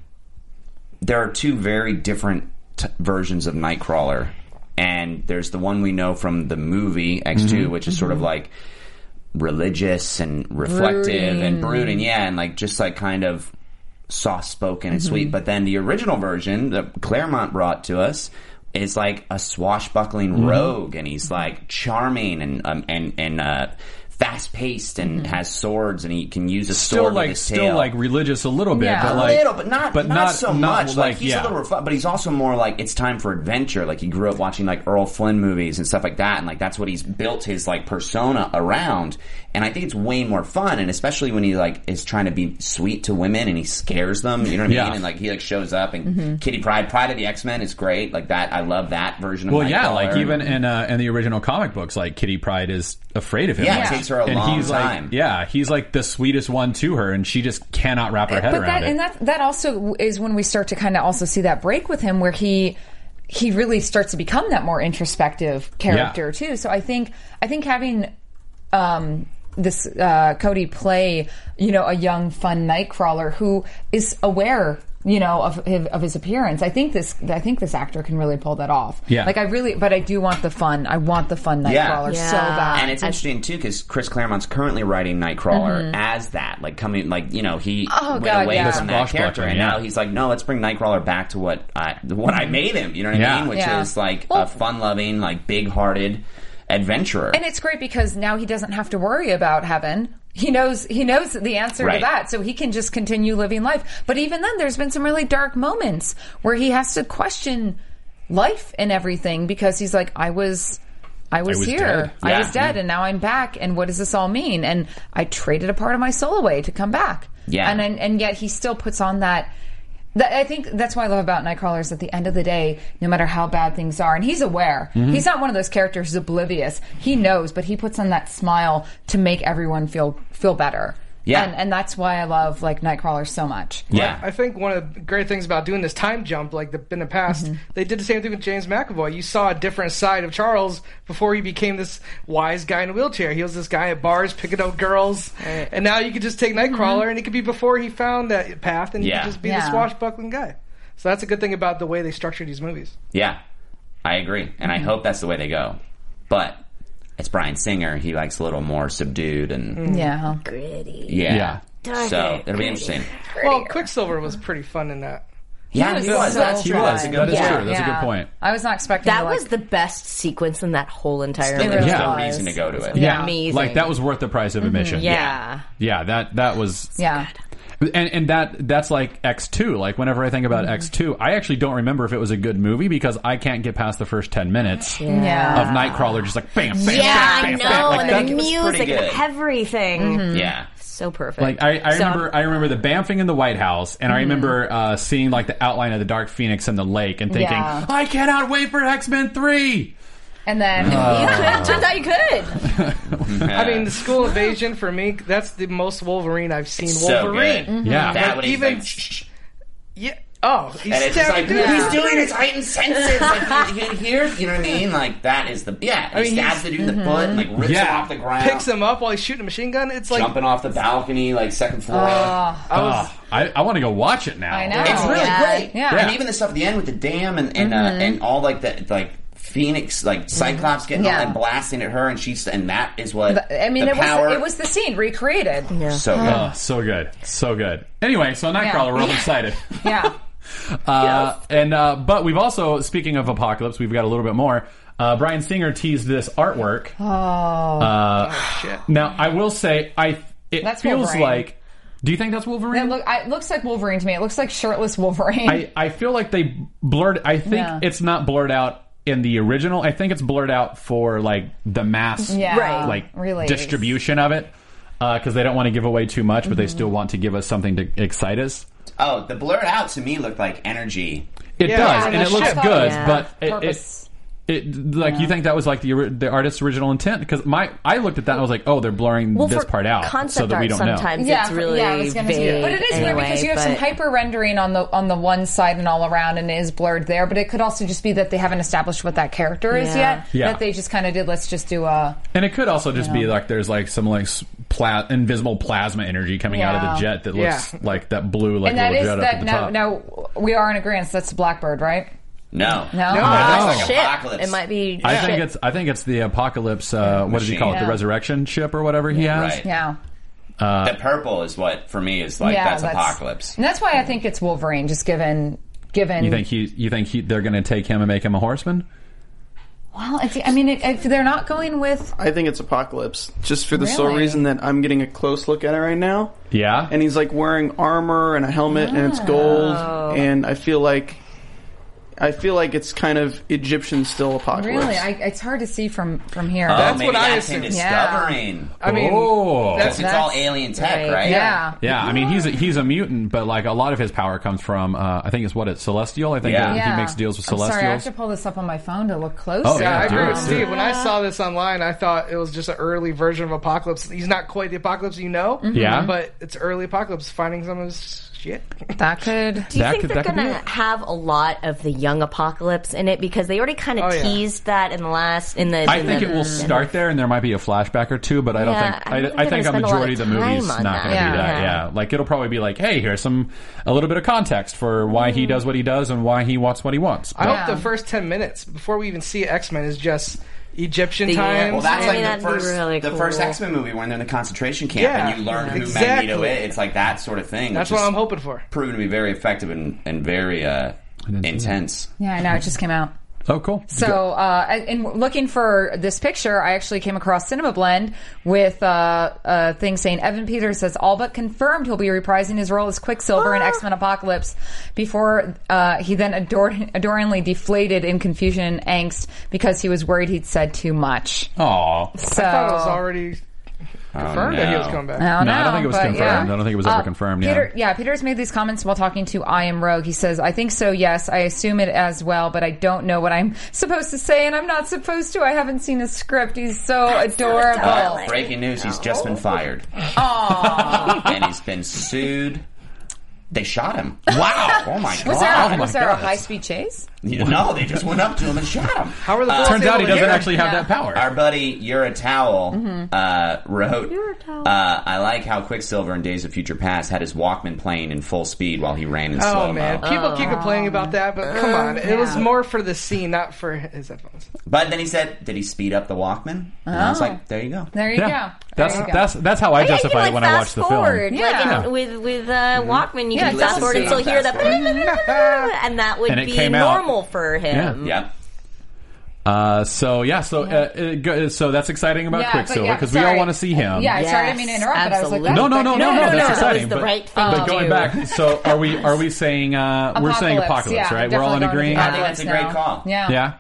Speaker 7: there are two very different t- versions of Nightcrawler. And there's the one we know from the movie X2,
Speaker 5: Mm-hmm.
Speaker 7: which is sort of like religious and reflective and brooding, yeah, and like just like kind of soft spoken
Speaker 5: Mm-hmm.
Speaker 7: and sweet. But then the original version that Claremont brought to us is like a swashbuckling
Speaker 5: Mm-hmm.
Speaker 7: rogue, and he's like charming and um, and and uh, fast paced and has swords, and he can use a
Speaker 5: Mm-hmm. Still
Speaker 7: sword with
Speaker 5: like,
Speaker 7: his
Speaker 5: still
Speaker 7: tail.
Speaker 5: like religious a little bit,
Speaker 6: Yeah.
Speaker 5: but
Speaker 7: a
Speaker 5: like,
Speaker 7: little, but not,
Speaker 5: but
Speaker 7: not, so much. Like, he's
Speaker 5: yeah.
Speaker 7: a little refi- but he's also more like it's time for adventure. Like he grew up watching like Earl Flynn movies and stuff like that, and like that's what he's built his like persona around. And I think it's way more fun, and especially when he like is trying to be sweet to women and he scares them. You know what I
Speaker 5: Yeah.
Speaker 7: mean? And like he like shows up and Kitty Pride, Pride of the X Men is great. Like that, I love that version. of
Speaker 5: Well, yeah, like
Speaker 7: Nightcrawler.
Speaker 5: even in uh, in the original comic books, like Kitty Pride is afraid of him.
Speaker 7: Yeah, it
Speaker 5: Like,
Speaker 7: takes her a
Speaker 5: and
Speaker 7: long
Speaker 5: he's
Speaker 7: time.
Speaker 5: Like, yeah, he's like the sweetest one to her, and she just cannot wrap her head
Speaker 6: but
Speaker 5: around
Speaker 6: that
Speaker 5: it.
Speaker 6: and that that also is when we start to kind of also see that break with him where he he really starts to become that more introspective character too so i think i think having um this uh, Cody play, you know, a young, fun Nightcrawler who is aware, you know, of his, of his appearance. I think this, I think this actor can really pull that off.
Speaker 5: Yeah.
Speaker 6: Like I really, but I do want the fun. I want the fun
Speaker 7: Yeah.
Speaker 6: Nightcrawler
Speaker 7: Yeah.
Speaker 6: so bad.
Speaker 7: And it's interesting too because Chris Claremont's currently writing Nightcrawler as that, like coming, like you know, he went
Speaker 6: God,
Speaker 7: away
Speaker 6: yeah.
Speaker 7: from
Speaker 5: The
Speaker 7: that
Speaker 5: swashbuckling,
Speaker 7: character, and
Speaker 5: yeah.
Speaker 7: now he's like, no, let's bring Nightcrawler back to what I, what I made him. You know what
Speaker 5: Yeah.
Speaker 7: I mean? Which
Speaker 6: Yeah.
Speaker 7: is like
Speaker 6: Well-
Speaker 7: a fun-loving, like big-hearted adventurer.
Speaker 6: And it's great because now he doesn't have to worry about heaven. He knows he knows the answer to
Speaker 7: Right.
Speaker 6: that, so he can just continue living life. But even then, there's been some really dark moments where he has to question life and everything because he's like, "I was, I was,
Speaker 5: was
Speaker 6: here,
Speaker 5: dead."
Speaker 6: I was
Speaker 7: Yeah.
Speaker 6: dead, and now I'm back. And what does this all mean? And I traded a part of my soul away to come back."
Speaker 7: Yeah.
Speaker 6: And and, and yet he still puts on that. that- I think that's what I love about Nightcrawler is at the end of the day, no matter how bad things are, and he's aware.
Speaker 7: Mm-hmm.
Speaker 11: Mhm.
Speaker 6: He's not one of those characters who's oblivious. He knows, but he puts on that smile to make everyone feel feel better.
Speaker 7: Yeah.
Speaker 6: And, and that's why I love like Nightcrawler so much.
Speaker 7: Yeah.
Speaker 9: I think one of the great things about doing this time jump, like the, in the past, they did the same thing with James McAvoy. You saw a different side of Charles before he became this wise guy in a wheelchair. He was this guy at bars picking up girls, and now you could just take Nightcrawler, and it could be before he found that path, and he
Speaker 7: Yeah.
Speaker 9: could just be
Speaker 7: Yeah.
Speaker 9: the swashbuckling guy. So that's a good thing about the way they structured these movies.
Speaker 7: Yeah, I agree, and I hope that's the way they go. But it's Brian Singer; he likes a little more subdued and
Speaker 6: Yeah.
Speaker 8: Gritty.
Speaker 7: yeah.
Speaker 9: Dark
Speaker 7: So it'll
Speaker 9: and
Speaker 7: be
Speaker 9: gritty.
Speaker 7: interesting.
Speaker 9: Well, Quicksilver was pretty fun in that.
Speaker 7: Yeah, he was. That's- he was.
Speaker 8: That
Speaker 7: That
Speaker 8: is
Speaker 7: is
Speaker 8: Yeah.
Speaker 7: true. That's a good point.
Speaker 6: I was not expecting
Speaker 8: That
Speaker 6: to, like-
Speaker 8: was the best sequence in that whole entire
Speaker 7: Still, there's
Speaker 8: movie.
Speaker 7: no reason to go to it.
Speaker 5: Yeah,
Speaker 8: Amazing.
Speaker 5: like that was worth the price
Speaker 7: Mm-hmm.
Speaker 5: of admission.
Speaker 8: Yeah.
Speaker 5: yeah, that that was
Speaker 6: Yeah.
Speaker 5: And and that that's like X two. Like whenever I think about
Speaker 7: Mm-hmm.
Speaker 6: Mhm.
Speaker 5: X two, I actually don't remember if it was a good movie because I can't get past the first ten minutes
Speaker 8: Yeah. Yeah.
Speaker 5: of Nightcrawler. Just like bam, bam,
Speaker 8: yeah, I
Speaker 5: bam, bam,
Speaker 8: know.
Speaker 5: bam. Like,
Speaker 8: and the
Speaker 5: that-
Speaker 8: music, and everything.
Speaker 7: Yeah.
Speaker 8: So perfect.
Speaker 5: Like I, I
Speaker 8: So I'm-
Speaker 5: remember, I remember the bamfing in the White House, and I
Speaker 6: Mm-hmm.
Speaker 8: Mhm.
Speaker 5: remember uh, seeing like the outline of the Dark Phoenix in the lake, and thinking,
Speaker 6: Yeah.
Speaker 5: I cannot wait for X Men three.
Speaker 6: And then
Speaker 5: Oh. You could.
Speaker 7: Uh.
Speaker 6: Turns
Speaker 8: out you could.
Speaker 9: I mean, the school invasion for me, that's the most Wolverine I've seen.
Speaker 7: It's so
Speaker 9: Wolverine.
Speaker 7: good. Mhm. Yeah. That
Speaker 9: Like,
Speaker 7: when he's
Speaker 9: even.
Speaker 7: like,
Speaker 9: yeah. Oh, he's
Speaker 7: and it's just like
Speaker 9: stabbing dudes.
Speaker 7: he's doing his heightened senses. Like you can hear, you know what I mean? Like that is the yeah.
Speaker 9: I mean,
Speaker 7: he stabs
Speaker 9: he's-
Speaker 7: the dude in the foot, and, like rips him off the ground,
Speaker 9: Picks him up while he's shooting a machine gun. It's like
Speaker 7: jumping off the balcony, like second floor.
Speaker 9: Ah.
Speaker 6: Oh.
Speaker 9: I was-
Speaker 5: Ah, I, I want to go watch it now.
Speaker 9: I
Speaker 7: know. It's really
Speaker 9: Yeah.
Speaker 7: great.
Speaker 9: Yeah.
Speaker 7: And even the stuff at the end with the dam and and, uh,
Speaker 9: Mhm.
Speaker 7: and all like the like Phoenix like Cyclops getting
Speaker 6: Yeah.
Speaker 7: all and blasting at her and she's and that is what
Speaker 6: But, [laughs] I mean,
Speaker 7: the
Speaker 6: it
Speaker 7: power
Speaker 6: was it was the scene recreated.
Speaker 7: so good.
Speaker 5: Oh, so good, so good. Anyway, so Nightcrawler, we're all
Speaker 6: Yeah. [laughs]
Speaker 5: excited.
Speaker 6: Yeah.
Speaker 5: Uh, And uh, but we've also, speaking of apocalypse, we've got a little bit more. Uh, Brian Singer teased this artwork.
Speaker 6: Oh.
Speaker 5: Uh, Now I will say, I it
Speaker 6: That's
Speaker 5: feels
Speaker 6: Wolverine.
Speaker 5: like. Do you think that's Wolverine?
Speaker 6: That look, I, it looks like Wolverine to me. It looks like shirtless Wolverine.
Speaker 5: I, I feel like they blurred. I think
Speaker 6: Yeah.
Speaker 5: it's not blurred out in the original. I think it's blurred out for like the mass,
Speaker 6: Yeah. Right.
Speaker 5: like
Speaker 6: Release.
Speaker 5: distribution of it, because they don't want to give away too much, but
Speaker 6: Mm-hmm.
Speaker 5: they still want to give us something to excite us.
Speaker 7: Oh, the blurred out to me looked like energy.
Speaker 5: It does, and it looks good, but it-
Speaker 7: Purpose.
Speaker 5: it, it like you think that was like the ori- the artist's original intent because my I looked at that and I was like, oh, they're blurring
Speaker 8: Well,
Speaker 5: this
Speaker 8: for
Speaker 5: part out so
Speaker 8: concept
Speaker 5: that we
Speaker 8: art
Speaker 5: don't know.
Speaker 8: sometimes it's
Speaker 6: for-
Speaker 8: really
Speaker 6: I was gonna say-
Speaker 8: vague
Speaker 6: But it is weird
Speaker 8: anyway,
Speaker 6: because you have some
Speaker 8: but-
Speaker 6: hyper rendering on the on the one side and all around, and it is blurred there. But it could also just be that they haven't established what that character is
Speaker 5: Yeah.
Speaker 6: yet.
Speaker 5: Yeah.
Speaker 6: That they just kind of did. Let's just do a.
Speaker 5: And it could also just be like there's like some like s- pla- invisible plasma energy coming out of the
Speaker 6: Yeah.
Speaker 5: jet that looks
Speaker 6: Yeah.
Speaker 5: like that blue like
Speaker 6: and that
Speaker 5: little
Speaker 6: is
Speaker 5: jet up at
Speaker 6: that.
Speaker 5: the
Speaker 6: Now,
Speaker 5: top.
Speaker 6: now we are in agreement. That's Blackbird, right?
Speaker 7: No,
Speaker 6: No? No.
Speaker 8: Oh,
Speaker 5: No.
Speaker 8: shit.
Speaker 7: Apocalypse.
Speaker 8: It might be.
Speaker 5: I
Speaker 8: shit.
Speaker 5: think it's I think it's the apocalypse. Uh, what did he
Speaker 7: Machine.
Speaker 5: call it?
Speaker 6: Yeah.
Speaker 5: The resurrection ship or whatever he has.
Speaker 7: Right.
Speaker 6: Yeah.
Speaker 7: the purple is what for me is like
Speaker 6: Yeah,
Speaker 7: that's,
Speaker 6: that's-
Speaker 7: apocalypse.
Speaker 6: And that's why I think it's Wolverine. Just given given.
Speaker 5: You think he? You think he, they're going to take him and make him a horseman?
Speaker 6: Well, it's, I mean, it, if they're not going with
Speaker 1: I think it's Apocalypse, just for the sole
Speaker 6: Really?
Speaker 1: reason that I'm getting a close look at it right now.
Speaker 5: Yeah,
Speaker 1: and he's like wearing armor and a helmet, and it's gold, and I feel like, I feel like it's kind of Egyptian still Apocalypse.
Speaker 6: really, I, it's hard to see from from here.
Speaker 1: Oh, That's
Speaker 7: Maybe that's him discovering.
Speaker 6: I mean,
Speaker 5: Oh.
Speaker 7: that's, it's all
Speaker 6: that's-
Speaker 7: alien tech, right?
Speaker 6: Yeah.
Speaker 5: Yeah, I mean he's a, he's a mutant, but like a lot of his power comes from uh, I think it's what it's celestial. I think
Speaker 7: Yeah.
Speaker 5: uh, he makes deals with
Speaker 6: I'm sorry, I have
Speaker 5: celestials.
Speaker 6: to pull this up on my phone to look close.
Speaker 5: Oh, yeah,
Speaker 9: I agree
Speaker 5: do
Speaker 9: with
Speaker 5: it.
Speaker 9: Steve. When I saw this online, I thought it was just an early version of Apocalypse. He's not quite the Apocalypse you know,
Speaker 5: Mhm. Yeah.
Speaker 9: but it's early Apocalypse finding some of his shit. [laughs]
Speaker 6: That could.
Speaker 8: Do you think they're gonna have a lot of the young apocalypse in it because they already kind of
Speaker 6: Oh,
Speaker 5: yeah.
Speaker 8: teased that in the last in the?
Speaker 5: I
Speaker 8: in
Speaker 5: think
Speaker 8: the-
Speaker 5: it will start there, and there might be a flashback or two, but I don't
Speaker 8: Yeah,
Speaker 5: think.
Speaker 8: I
Speaker 5: I,
Speaker 8: don't think
Speaker 5: I
Speaker 8: they're
Speaker 5: think a
Speaker 8: gonna spend a lot
Speaker 5: majority
Speaker 8: of
Speaker 5: of the movie's
Speaker 8: time on
Speaker 5: not going to
Speaker 8: that.
Speaker 5: be that.
Speaker 8: Yeah.
Speaker 5: Yeah, like it'll probably be like, hey, here's some a little bit of context for why
Speaker 6: Mm.
Speaker 5: he does what he does and why he wants what he wants.
Speaker 9: I
Speaker 5: But-
Speaker 9: hope the first ten minutes before we even see X Men is just Egyptian
Speaker 7: Yeah.
Speaker 9: times.
Speaker 7: Well, that's like the first, the first X Men movie when they're in the concentration camp
Speaker 9: Yeah.
Speaker 7: and you learn who
Speaker 9: Exactly.
Speaker 7: Magneto is. It's like that sort of thing.
Speaker 9: That's
Speaker 7: which
Speaker 9: what
Speaker 7: is
Speaker 9: I'm hoping for.
Speaker 7: Proven to be very effective and, and very uh, intense.
Speaker 6: Yeah, I know it just came out.
Speaker 5: Oh, cool.
Speaker 6: So, uh, I- in looking for this picture, I actually came across Cinema Blend with uh, a thing saying Evan Peters has all but confirmed he'll be reprising his role as Quicksilver in X Men Apocalypse. Before uh, he then adored, adoringly deflated in confusion and angst because he was worried he'd said too much.
Speaker 5: Aw.
Speaker 6: Oh.
Speaker 9: I thought it was already confirmed that he was coming back.
Speaker 6: I don't
Speaker 5: Oh, No, I don't
Speaker 6: know,
Speaker 5: think it was
Speaker 6: but
Speaker 5: confirmed.
Speaker 6: yeah.
Speaker 5: I don't think it was ever
Speaker 6: Uh,
Speaker 5: confirmed. Yeah.
Speaker 6: Peter, yeah, Peter's made these comments while talking to I Am Rogue. He says, I think so, yes. I assume it as well, but I don't know what I'm supposed to say, and I'm not supposed to. I haven't seen a script. He's so adorable.
Speaker 7: Uh, breaking news: He's just been fired, and he's been sued. They shot him. Wow! Oh my god!
Speaker 6: was there, a-
Speaker 7: Oh my
Speaker 6: was there a
Speaker 7: God.
Speaker 6: high speed chase?
Speaker 7: Yeah, No, they just went up to him and shot him.
Speaker 9: How are the
Speaker 7: Uh,
Speaker 9: Bulls
Speaker 5: Turns
Speaker 9: able
Speaker 5: out he
Speaker 9: to
Speaker 5: doesn't
Speaker 9: get him?
Speaker 5: actually have that power.
Speaker 7: Our buddy Yura Towel uh, wrote, Uh, I like how Quicksilver in Days of Future Past had his Walkman playing in full speed while he ran in
Speaker 9: Oh
Speaker 7: slow
Speaker 9: man,
Speaker 7: mo.
Speaker 9: people keep complaining about that, but come on, it was more for the scene, not for his headphones.
Speaker 7: But then he said, Did he speed up the Walkman? And I was like, There you go.
Speaker 6: There you
Speaker 5: Yeah.
Speaker 6: go. There
Speaker 5: That's
Speaker 6: you go.
Speaker 5: that's that's how I justify it when I watch the
Speaker 8: forward.
Speaker 5: film. Mm-hmm.
Speaker 8: Like in-
Speaker 6: Yeah.
Speaker 8: with with uh, Walkman, you
Speaker 6: Yeah,
Speaker 8: can
Speaker 6: listen
Speaker 8: fast forward
Speaker 6: to
Speaker 8: and still
Speaker 7: it.
Speaker 8: hear that,
Speaker 7: Fast
Speaker 8: [laughs] and that would
Speaker 5: And it
Speaker 8: be
Speaker 5: came out.
Speaker 8: normal for him.
Speaker 7: Yeah.
Speaker 5: Uh, so yeah, so uh, it go- so that's exciting about
Speaker 6: Yeah, but
Speaker 5: Quicksilver
Speaker 6: yeah,
Speaker 5: because we all
Speaker 6: sorry.
Speaker 5: want to see him.
Speaker 6: Yeah, sorry, I
Speaker 8: Yes,
Speaker 6: didn't mean to interrupt, but I was like,
Speaker 8: absolutely.
Speaker 6: that's
Speaker 5: No, no, no,
Speaker 6: fucking-
Speaker 5: no, no,
Speaker 8: no,
Speaker 5: That's
Speaker 8: no,
Speaker 5: exciting.
Speaker 8: that was the
Speaker 5: but,
Speaker 8: right thing
Speaker 5: but
Speaker 8: to
Speaker 5: going
Speaker 8: do.
Speaker 5: back, so are we? Are we saying uh, we're saying apocalypse,
Speaker 6: yeah,
Speaker 5: right? We're all in
Speaker 6: definitely
Speaker 5: agreement.
Speaker 6: going with
Speaker 7: I think that's a great
Speaker 6: now.
Speaker 7: call.
Speaker 6: Yeah.
Speaker 5: Yeah.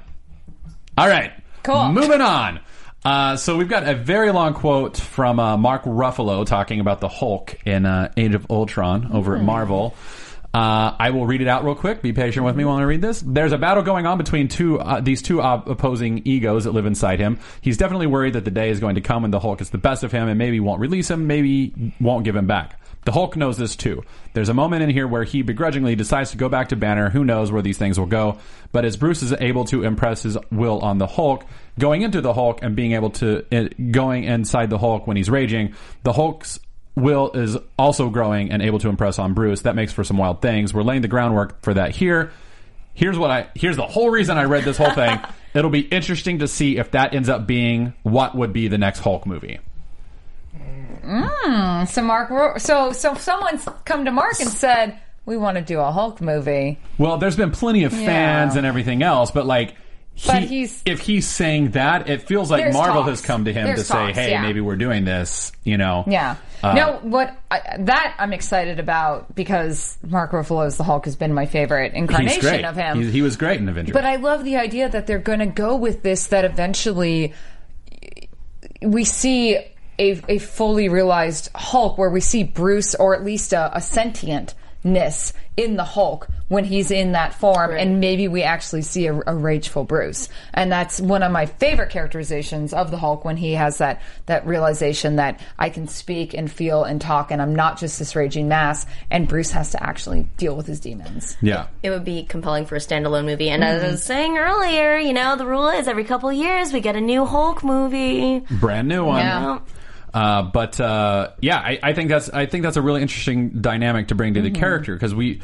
Speaker 5: All right.
Speaker 6: Cool.
Speaker 5: Moving on. Uh, so we've got a very long quote from uh, Mark Ruffalo talking about the Hulk in uh, Age of Ultron over
Speaker 6: Hmm.
Speaker 5: at Marvel. Uh, I will read it out real quick. Be patient with me while I read this. There's a battle going on between two uh, these two op- opposing egos that live inside him. He's definitely worried that the day is going to come when the Hulk is the best of him and maybe won't release him, maybe won't give him back. The Hulk knows this too. There's a moment in here where he begrudgingly decides to go back to Banner. Who knows where these things will go? But as Bruce is able to impress his will on the Hulk, going into the Hulk and being able to uh, going inside the Hulk when he's raging, the Hulk's will is also growing and able to impress on Bruce. That makes for some wild things. We're laying the groundwork for that here. Here's what I here's the whole reason I read this whole thing. It'll be interesting to see if that ends up being what would be the next Hulk movie.
Speaker 6: So Mark, Ro- so so someone's come to Mark and said, "We want to do a Hulk movie."
Speaker 5: Well, there's been plenty of fans
Speaker 6: Yeah.
Speaker 5: and everything else, but like, he,
Speaker 6: But he's-
Speaker 5: if he's saying that, it feels like
Speaker 6: There's
Speaker 5: Marvel
Speaker 6: talks.
Speaker 5: has come to him to
Speaker 6: There's
Speaker 5: say,
Speaker 6: talks,
Speaker 5: "Hey,
Speaker 6: yeah.
Speaker 5: maybe we're doing this," you know?
Speaker 6: Yeah.
Speaker 5: Uh,
Speaker 6: no, what I, that I'm excited about because Mark Ruffalo's the Hulk has been my favorite
Speaker 5: he's
Speaker 6: incarnation
Speaker 5: great.
Speaker 6: of him.
Speaker 5: He, he was great in Avengers.
Speaker 6: But I love the idea that they're going to go with this. That eventually we see a, a fully realized Hulk, where we see Bruce, or at least a, a sentientness in the Hulk when he's in that form, and maybe we actually see a, a rageful Bruce. And that's one of my favorite characterizations of the Hulk when he has that that realization that I can speak and feel and talk, and I'm not just this raging mass. And Bruce has to actually deal with his demons.
Speaker 5: yeah,
Speaker 8: It would be compelling for a standalone movie. And
Speaker 5: Mm-hmm.
Speaker 8: as I was saying earlier, you know, the rule is every couple years we get a new Hulk movie.
Speaker 5: brand new one.
Speaker 6: Yeah.
Speaker 5: Uh, but uh, yeah, I, I think that's I think that's a really interesting dynamic to bring to the
Speaker 6: Mm-hmm.
Speaker 5: character because we.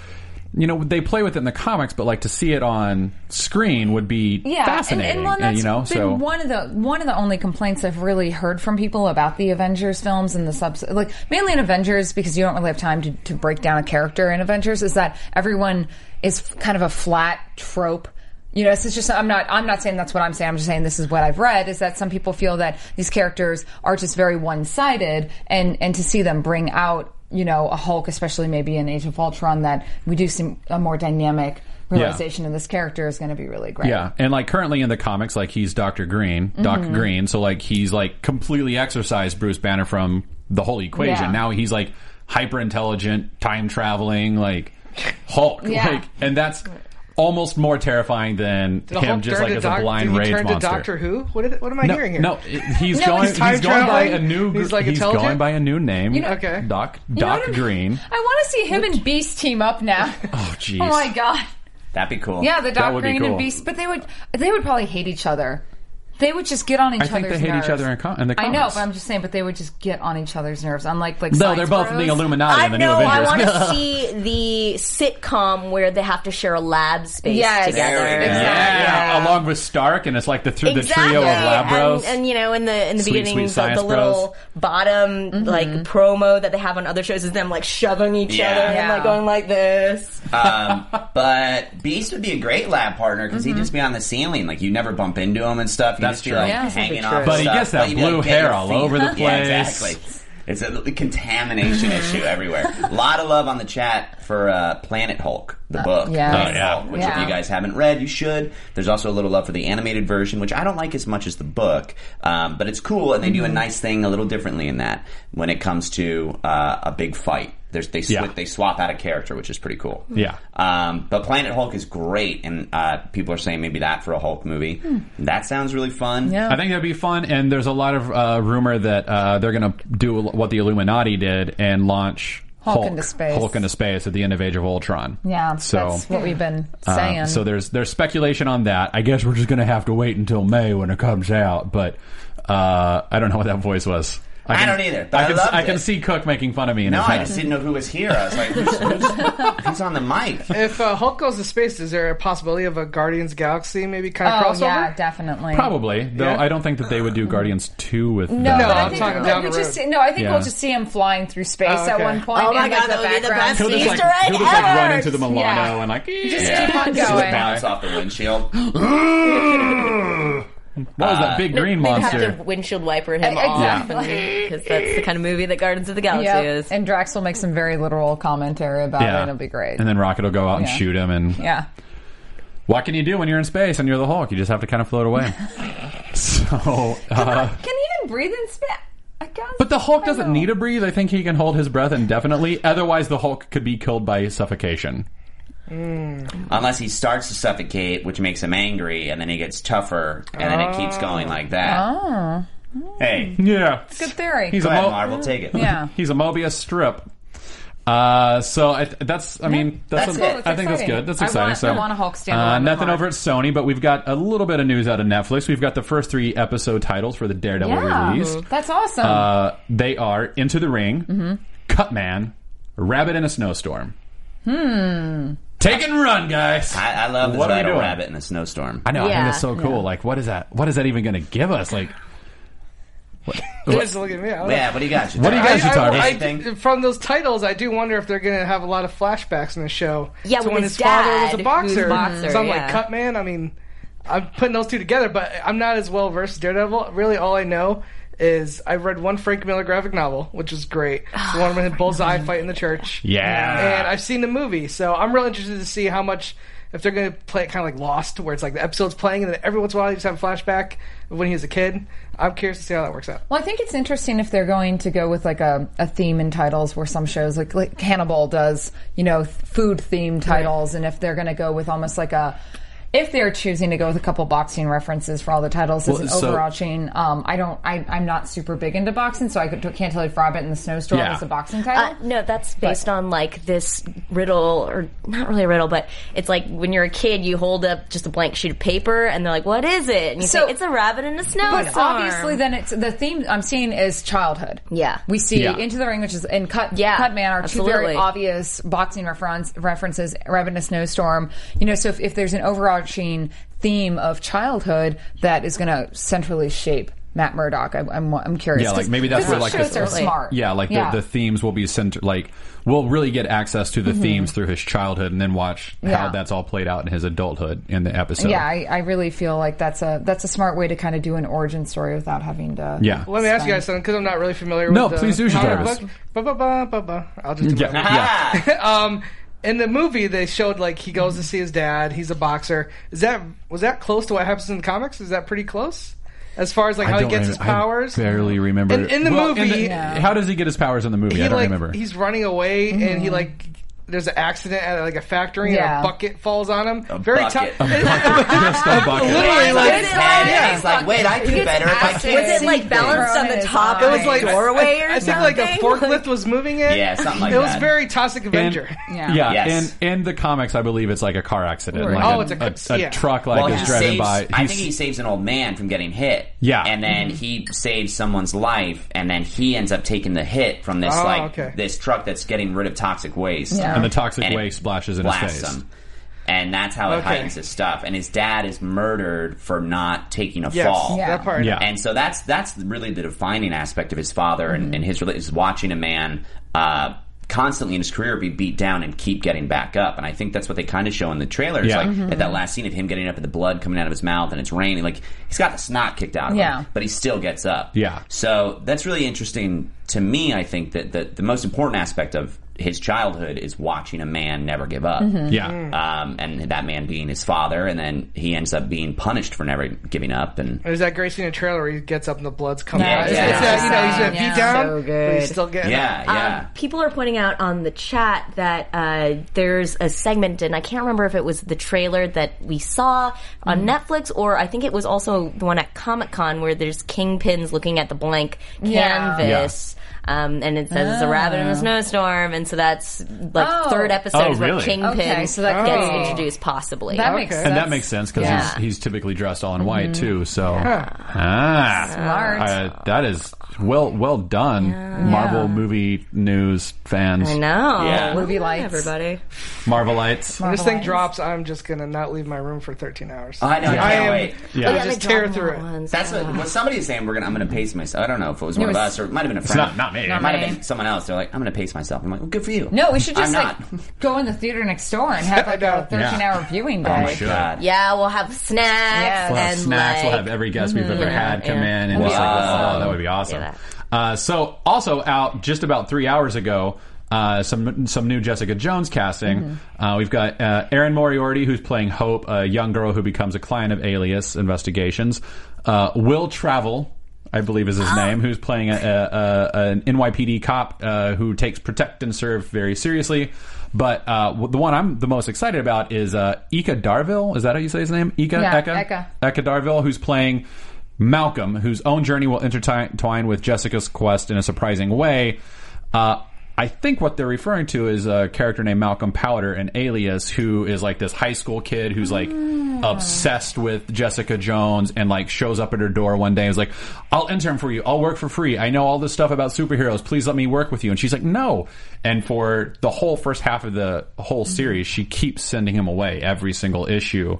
Speaker 5: You know they play with it in the comics, but like to see it on screen would be
Speaker 6: yeah,
Speaker 5: fascinating. uh,
Speaker 6: And, and well, that's
Speaker 5: you know,
Speaker 6: been
Speaker 5: so
Speaker 6: one of the one of the only complaints I've really heard from people about the Avengers films and the subs, like mainly in Avengers because you don't really have time to, to break down a character in Avengers is that everyone is f- kind of a flat trope. You know, this is just I'm not I'm not saying that's what I'm saying. I'm just saying this is what I've read is that some people feel that these characters are just very one sided, and and to see them bring out you know a Hulk, especially maybe in Age of Ultron, that we do see a more dynamic realization of this character is going to be really great.
Speaker 5: Yeah, and like currently in the comics, like he's Doctor Green, Doc
Speaker 6: Mm-hmm.
Speaker 5: Green. So like he's like completely exorcised Bruce Banner from the whole equation.
Speaker 6: Yeah.
Speaker 5: Now he's like hyper intelligent, time traveling, like Hulk.
Speaker 6: Yeah.
Speaker 5: Like, and that's almost more terrifying than
Speaker 9: The
Speaker 5: him
Speaker 9: Hulk
Speaker 5: just like
Speaker 9: turned to
Speaker 5: as a
Speaker 9: doc-
Speaker 5: blind
Speaker 9: did
Speaker 5: rage
Speaker 9: he turn
Speaker 5: monster.
Speaker 9: to Doctor Who? What, is, what am I
Speaker 5: No,
Speaker 9: hearing here?
Speaker 5: no, he's
Speaker 6: No,
Speaker 5: going.
Speaker 6: he's
Speaker 5: He's,
Speaker 9: time
Speaker 5: going by
Speaker 9: traveling?
Speaker 5: a new. gr-
Speaker 9: He's, like,
Speaker 5: he's
Speaker 9: intelligent?
Speaker 5: going by a new name.
Speaker 9: Okay.
Speaker 5: Doc
Speaker 6: You know
Speaker 5: Doc
Speaker 6: what I mean?
Speaker 5: Green.
Speaker 6: I want to see him and Beast team up now.
Speaker 5: Oh jeez.
Speaker 6: [laughs] Oh my god.
Speaker 7: That'd be cool.
Speaker 6: Yeah, the Doc
Speaker 5: would be
Speaker 6: Green
Speaker 5: cool.
Speaker 6: and Beast, but they would they would probably hate each other. They would just get on each
Speaker 5: I think
Speaker 6: other's
Speaker 5: they hate
Speaker 6: nerves.
Speaker 5: each other in com- in the
Speaker 6: I know,
Speaker 5: comics.
Speaker 6: but I'm just saying. But they would just get on each other's nerves. Unlike like
Speaker 5: No,
Speaker 6: Science
Speaker 5: they're both in
Speaker 6: Bros.
Speaker 5: the Illuminati
Speaker 8: I
Speaker 5: and the new
Speaker 8: know. I
Speaker 5: Avengers.
Speaker 8: want
Speaker 5: [laughs]
Speaker 8: to see the sitcom where they have to share a lab space
Speaker 6: Yes,
Speaker 8: together.
Speaker 6: There we go.
Speaker 5: Yeah.
Speaker 6: Exactly. Yeah.
Speaker 5: along with Stark, and it's like the th-
Speaker 8: Exactly.
Speaker 5: the trio of Labros.
Speaker 8: And, and, you know, in the in the
Speaker 5: Sweet,
Speaker 8: beginning,
Speaker 5: sweet
Speaker 8: the,
Speaker 5: science
Speaker 8: the little bottom like promo that they have on other shows is them like shoving each
Speaker 7: Yeah.
Speaker 8: other and
Speaker 6: Yeah.
Speaker 8: like going like this.
Speaker 7: um, but Beast would be a great lab partner because
Speaker 6: Mm-hmm.
Speaker 7: he'd just be on the ceiling. Like, you never bump into him and stuff. You'd
Speaker 5: That's
Speaker 7: just be
Speaker 5: true.
Speaker 7: like
Speaker 6: Yeah, that's
Speaker 7: hanging
Speaker 8: true.
Speaker 7: off.
Speaker 5: But he
Speaker 7: stuff.
Speaker 5: gets that
Speaker 7: you'd be like,
Speaker 5: blue
Speaker 7: "Get
Speaker 5: hair
Speaker 7: your
Speaker 5: all
Speaker 7: feet."
Speaker 5: over the place.
Speaker 7: [laughs] Yeah, exactly.
Speaker 6: Mm-hmm.
Speaker 7: It's a contamination issue everywhere. A lot of love on the chat for uh, Planet Hulk. the book.
Speaker 6: yeah.
Speaker 7: The
Speaker 6: Oh, yeah.
Speaker 7: Vault, Which if
Speaker 6: Yeah.
Speaker 7: you guys haven't read, you should. There's also a little love for the animated version, which I don't like as much as the book, um, but it's cool, and they
Speaker 6: Mm-hmm.
Speaker 7: do a nice thing a little differently in that when it comes to uh, a big fight. There's, they
Speaker 5: Yeah.
Speaker 7: switch- they swap out a character, which is pretty cool.
Speaker 5: Yeah.
Speaker 7: Um, but Planet Hulk is great, and uh, people are saying maybe that for a Hulk movie. That sounds really fun.
Speaker 5: I think that'd be fun. And there's a lot of uh, rumor that uh, they're going to do what the Illuminati did and launch
Speaker 6: Hulk
Speaker 5: Hulk,
Speaker 6: into space.
Speaker 5: Hulk into space at the end of Age of Ultron.
Speaker 6: Yeah,
Speaker 5: So.
Speaker 6: that's what we've been
Speaker 5: uh,
Speaker 6: saying.
Speaker 5: so there's there's speculation on that. I guess we're just gonna have to wait until May when it comes out. But uh, I don't know what that voice was.
Speaker 7: I
Speaker 5: can-
Speaker 7: don't either, but I
Speaker 5: can,
Speaker 7: loved
Speaker 5: I can
Speaker 7: it.
Speaker 5: see Cook making fun of me. In
Speaker 7: No,
Speaker 5: his
Speaker 7: I
Speaker 5: head. [laughs]
Speaker 7: just didn't know who was here. I was like, who's, who's, who's on
Speaker 6: [laughs]
Speaker 7: the mic?
Speaker 9: If uh, Hulk goes to space, is there a possibility of a Guardians Galaxy maybe kind of
Speaker 6: oh
Speaker 9: crossover?
Speaker 6: yeah, definitely.
Speaker 5: Probably, though.
Speaker 9: Yeah.
Speaker 5: I don't think that they would do Guardians two with.
Speaker 6: No,
Speaker 5: the-
Speaker 9: No,
Speaker 6: but I
Speaker 9: I'm
Speaker 6: think
Speaker 9: talking
Speaker 6: like,
Speaker 9: down
Speaker 6: we
Speaker 9: the
Speaker 6: just
Speaker 9: road.
Speaker 6: see- no, I think
Speaker 5: Yeah.
Speaker 6: we'll just see him flying through space
Speaker 9: Oh,
Speaker 6: at
Speaker 9: okay.
Speaker 6: one point.
Speaker 8: Oh my
Speaker 6: in,
Speaker 8: God,
Speaker 6: like, the
Speaker 8: that would be the
Speaker 6: background.
Speaker 8: best
Speaker 5: He'll just, like,
Speaker 8: Easter egg
Speaker 5: he'll just like run
Speaker 8: ever.
Speaker 5: into the Milano
Speaker 6: Yeah.
Speaker 5: and like.
Speaker 6: just
Speaker 5: "Yeah."
Speaker 6: keep on
Speaker 7: Just
Speaker 6: going.
Speaker 7: bounce off the
Speaker 6: [gasps]
Speaker 7: windshield.
Speaker 5: What was that big green
Speaker 8: They'd
Speaker 5: monster?
Speaker 8: have to windshield wiper him
Speaker 6: E-
Speaker 8: off
Speaker 6: exactly.
Speaker 8: because that's the kind of movie that Guardians of the Galaxy
Speaker 6: Yep.
Speaker 8: is.
Speaker 6: And Drax will make some very literal commentary about it. and It'll be great.
Speaker 5: And then Rocket will go out and
Speaker 6: Yeah.
Speaker 5: shoot him. And
Speaker 6: yeah.
Speaker 5: what can you do when you're in space and you're the Hulk? You just have to kind of float
Speaker 6: [laughs]
Speaker 5: away. so, uh,
Speaker 6: Can he even breathe in space? I guess.
Speaker 5: but the Hulk doesn't need to breathe. I think he can hold his breath indefinitely. Otherwise, the Hulk could be killed by suffocation.
Speaker 7: Unless he starts to suffocate, which makes him angry, and then he gets tougher, and then it keeps going like that. Hey,
Speaker 5: Yeah,
Speaker 6: Good theory.
Speaker 5: he's
Speaker 7: go
Speaker 5: a
Speaker 7: ahead,
Speaker 5: Mo-
Speaker 7: Marvel, take it.
Speaker 6: yeah.
Speaker 5: he's a Mobius strip. Uh, so I, that's I mean that's,
Speaker 7: That's
Speaker 5: a-
Speaker 7: cool. That's
Speaker 5: I think that's
Speaker 6: exciting.
Speaker 5: good. That's
Speaker 6: I
Speaker 5: exciting.
Speaker 6: want-
Speaker 5: so
Speaker 6: I want a Hulk standalone
Speaker 5: Uh,
Speaker 6: with
Speaker 5: nothing
Speaker 6: Hulk.
Speaker 5: over at Sony, but we've got a little bit of news out of Netflix. We've got the first three episode titles for the Daredevil
Speaker 6: Yeah.
Speaker 5: release.
Speaker 6: That's awesome.
Speaker 5: Uh, they are Into the Ring,
Speaker 6: Mm-hmm.
Speaker 5: Cutman, Rabbit in a Snowstorm. Hmm. Take and run, guys.
Speaker 7: I, I love this
Speaker 5: What are we
Speaker 7: little
Speaker 5: doing?
Speaker 7: rabbit in a snowstorm.
Speaker 5: I know. I think
Speaker 8: Yeah.
Speaker 5: that's so cool. Like, what is that? What is that even going to give us? Like,
Speaker 9: Just look at me. I don't know.
Speaker 7: Yeah, what do you got?
Speaker 5: What do you
Speaker 9: I-
Speaker 5: guys are talking
Speaker 9: I- I-
Speaker 7: Anything?
Speaker 9: from those titles, I do wonder if they're going to have a lot of flashbacks in the show.
Speaker 8: Yeah,
Speaker 9: to
Speaker 8: with
Speaker 9: when
Speaker 8: his
Speaker 9: his father was
Speaker 8: dad,
Speaker 9: a
Speaker 8: who's
Speaker 9: boxer.
Speaker 8: a boxer,
Speaker 9: so I'm
Speaker 8: yeah.
Speaker 9: like, cut man. I mean, I'm putting those two together, but I'm not as well versed Daredevil. Really, all I know is I read one Frank Miller graphic novel, which is great. It's
Speaker 8: [sighs]
Speaker 9: the one with Bullseye fight in the church.
Speaker 5: Yeah.
Speaker 9: and I've seen the movie, so I'm real interested to see how much. If they're going to play it kind of like Lost, where it's like the episode's playing and then every once in a while you just have a flashback of when he was a kid, I'm curious to see how that works out.
Speaker 6: Well, I think it's interesting if they're going to go with like a, a theme in titles where some shows like, like Hannibal does, you know, th- food theme titles, and if they're going to go with almost like a if they're choosing to go with a couple boxing references for all the titles as
Speaker 5: Well,
Speaker 6: an
Speaker 5: so-
Speaker 6: overarching, um, I don't, I, I'm not super big into boxing, so I could, can't tell if Rabbit in the Snowstorm
Speaker 5: Yeah.
Speaker 6: is a boxing
Speaker 8: Uh,
Speaker 6: title.
Speaker 8: no, that's based on like this riddle, or not really a riddle, but it's like when you're a kid, you hold up just a blank sheet of paper, and they're like, "What is it?" And you
Speaker 6: So-
Speaker 8: say, "It's a rabbit in a snowstorm."
Speaker 6: But obviously, then it's the theme I'm seeing is childhood.
Speaker 8: Yeah.
Speaker 6: we see
Speaker 5: Yeah.
Speaker 6: Into the Ring, which is and Cut
Speaker 8: Yeah,
Speaker 6: Cut Man are two very
Speaker 8: absolutely.
Speaker 6: obvious boxing reference, references. Rabbit in a Snowstorm, you know. So if, if there's an overarching theme of childhood that is going to centrally shape Matt Murdock, I, I'm I'm curious.
Speaker 5: Yeah, like,
Speaker 6: 'cause-
Speaker 5: maybe that's
Speaker 6: 'cause
Speaker 5: where,
Speaker 6: these
Speaker 5: like,
Speaker 6: shows
Speaker 5: the-
Speaker 6: are smart.
Speaker 5: yeah, like the, the themes will be center. Like, we'll really get access to the
Speaker 9: Mm-hmm.
Speaker 5: themes through his childhood, and then watch
Speaker 6: Yeah.
Speaker 5: how that's all played out in his adulthood in the episode.
Speaker 6: yeah, I, I really feel like that's a that's a smart way to kind of do an origin story without having to.
Speaker 5: Yeah.
Speaker 9: Let me ask you guys something because I'm not really familiar
Speaker 5: No,
Speaker 9: with. uh,
Speaker 5: please do,
Speaker 9: comic
Speaker 5: Jarvis.
Speaker 9: book. Ba-ba-ba-ba-ba. I'll just. Do
Speaker 5: Yeah,
Speaker 9: yeah.
Speaker 5: yeah.
Speaker 9: Um, in the movie, they showed like he goes to see his dad. He's a boxer. Is that was that close to what happens in the comics? Is that pretty close? As far as like
Speaker 5: I
Speaker 9: how he
Speaker 5: don't
Speaker 9: gets his
Speaker 5: remember- I
Speaker 9: powers,
Speaker 5: barely remember.
Speaker 9: In- in the movie- Yeah.
Speaker 5: how does he get his powers in the movie?
Speaker 9: he
Speaker 5: I don't
Speaker 9: like
Speaker 5: remember.
Speaker 9: he's running away and
Speaker 8: Mm.
Speaker 9: he like there's an accident at like a factory
Speaker 6: Yeah.
Speaker 9: and a bucket falls on him.
Speaker 7: A
Speaker 9: Very tough.
Speaker 7: bucket.
Speaker 5: just
Speaker 9: [laughs]
Speaker 5: a bucket.
Speaker 9: Literally,
Speaker 7: He's
Speaker 9: like-
Speaker 7: on his head, and he's like, wait, I can do better if I
Speaker 6: acid.
Speaker 7: can.
Speaker 8: was it like balanced on
Speaker 6: Thrown in
Speaker 8: the
Speaker 6: his
Speaker 8: top
Speaker 6: eye.
Speaker 8: of
Speaker 9: It was
Speaker 8: a
Speaker 9: like
Speaker 8: doorway
Speaker 9: I,
Speaker 8: or
Speaker 9: I think
Speaker 8: something?
Speaker 9: like a forklift was moving it.
Speaker 7: Yeah, something like
Speaker 9: it was
Speaker 7: that.
Speaker 9: very Toxic Avenger.
Speaker 5: yeah,
Speaker 7: Yes.
Speaker 5: In in the comics, I believe it's like a car accident. Like a,
Speaker 9: Oh, it's a
Speaker 5: a,
Speaker 9: cr-
Speaker 5: a
Speaker 9: yeah.
Speaker 5: truck like
Speaker 7: well,
Speaker 5: is
Speaker 7: he
Speaker 5: driving
Speaker 7: saves,
Speaker 5: by.
Speaker 7: I
Speaker 5: He's-
Speaker 7: think he saves an old man from getting hit.
Speaker 5: Yeah.
Speaker 7: and then he saves someone's life, and then he ends up taking the hit from this
Speaker 9: Oh,
Speaker 7: like
Speaker 9: okay.
Speaker 7: this truck that's getting rid of toxic waste.
Speaker 6: Yeah.
Speaker 5: and the toxic
Speaker 7: And it
Speaker 5: waste splashes in his
Speaker 7: blasts
Speaker 5: face.
Speaker 7: him. And that's how it
Speaker 9: Okay.
Speaker 7: heightens his stuff. And his dad is murdered for not taking a
Speaker 9: [laughs] Yes,
Speaker 7: fall.
Speaker 6: Yeah.
Speaker 9: that part.
Speaker 5: Yeah.
Speaker 7: And so that's that's really the defining aspect of his father
Speaker 5: Mm-hmm.
Speaker 7: and, and his rela- is watching a man uh, constantly in his career be beat down and keep getting back up. And I think that's what they kind of show in the trailer. It's
Speaker 5: Yeah. Mm-hmm.
Speaker 7: like at that last scene of him getting up and the blood coming out of his mouth and it's raining. Like he's got the snot kicked out of
Speaker 6: Yeah.
Speaker 7: him, but he still gets up.
Speaker 5: Yeah.
Speaker 7: So that's really interesting to me. I think that, that the most important aspect of his childhood is watching a man never give up.
Speaker 5: Mhm. Yeah. Mm.
Speaker 7: Um, and that man being his father, and then he ends up being punished for never giving up. And
Speaker 9: There's that great scene in the trailer where he gets up and the blood's coming
Speaker 7: Yeah,
Speaker 9: out. It's,
Speaker 7: yeah.
Speaker 9: it's that, you know, he's been
Speaker 8: Yeah.
Speaker 9: beat down,
Speaker 8: So
Speaker 9: but
Speaker 8: good.
Speaker 9: he's still getting
Speaker 7: yeah,
Speaker 9: up.
Speaker 6: Um,
Speaker 7: yeah.
Speaker 8: Um, people are pointing out on the chat that uh, there's a segment, and I can't remember if it was the trailer that we saw on
Speaker 6: Mm.
Speaker 8: Netflix, or I think it was also the one at Comic Con where there's kingpins looking at the blank
Speaker 6: Yeah.
Speaker 8: canvas. Um, and it says it's a rabbit in
Speaker 6: Oh.
Speaker 8: a snowstorm, and so that's like
Speaker 6: Oh.
Speaker 8: third episode
Speaker 5: Oh,
Speaker 8: is
Speaker 5: really?
Speaker 8: where Kingpin
Speaker 6: Okay, so that
Speaker 8: gets
Speaker 6: could be-
Speaker 8: introduced, possibly.
Speaker 6: That makes Okay.
Speaker 5: and that makes sense because
Speaker 8: Yeah.
Speaker 5: he's, he's typically dressed all in white
Speaker 8: Mhm.
Speaker 9: Mm-hmm.
Speaker 5: too. So
Speaker 8: Yeah.
Speaker 5: ah,
Speaker 8: Smart.
Speaker 5: Uh, that is well well done, Marvel movie news fans.
Speaker 8: I know.
Speaker 5: Yeah.
Speaker 6: Movie lights.
Speaker 8: Everybody.
Speaker 5: Marvelites.
Speaker 9: When this thing drops, I'm just gonna not leave my room for 13 hours.
Speaker 7: Oh, I know. I
Speaker 9: I
Speaker 7: can't
Speaker 9: am.
Speaker 7: wait.
Speaker 9: I
Speaker 8: Oh,
Speaker 9: will just tear through it.
Speaker 7: That's what, what somebody is saying. We're gonna. I'm gonna pace myself. I don't know if it was
Speaker 9: It
Speaker 7: one of
Speaker 9: was-
Speaker 7: us or it might have been a
Speaker 5: It's
Speaker 7: friend.
Speaker 5: not- not me.
Speaker 6: Not
Speaker 7: it might
Speaker 6: me.
Speaker 7: have been someone else. They're like, I'm gonna pace myself. I'm like, well, good for you.
Speaker 6: No, we should just
Speaker 7: I'm
Speaker 6: like [laughs] go in the theater next door and [laughs] have like a 13 hour viewing
Speaker 7: Oh my
Speaker 6: day.
Speaker 7: God.
Speaker 8: Yeah, we'll have snacks
Speaker 5: We'll have
Speaker 8: and
Speaker 5: snacks.
Speaker 8: like
Speaker 5: we'll have every guest we've
Speaker 8: Mhm.
Speaker 5: ever
Speaker 8: Yeah,
Speaker 5: had come
Speaker 8: yeah.
Speaker 5: in, and
Speaker 8: That'd
Speaker 5: just
Speaker 8: be
Speaker 5: like,
Speaker 8: awesome.
Speaker 5: oh, that would be awesome. Uh, so, also out just about three hours ago. Uh, some some new Jessica Jones casting.
Speaker 8: Mm-hmm.
Speaker 5: Uh, we've got uh, Erin Moriarty, who's playing Hope, a young girl who becomes a client of Alias Investigations. Uh, Will Travel, I believe is his
Speaker 8: Ah.
Speaker 5: name, who's playing a, a, a, an NYPD cop uh, who takes protect and serve very seriously. But uh, w- the one I'm the most excited about is uh, Ika Darville. Is that how you say his name? Ika
Speaker 6: Yeah,
Speaker 5: Eka?
Speaker 6: Eka.
Speaker 5: Eka Darville, who's playing Malcolm, whose own journey will intertwine with Jessica's quest in a surprising way. Uh, I think what they're referring to is a character named Malcolm Powder, an alias, who is like this high school kid who's like obsessed with Jessica Jones and like shows up at her door one day and is like, I'll intern for you. I'll work for free. I know all this stuff about superheroes. Please let me work with you. And she's like, no. And for the whole first half of the whole series, she keeps sending him away every single issue.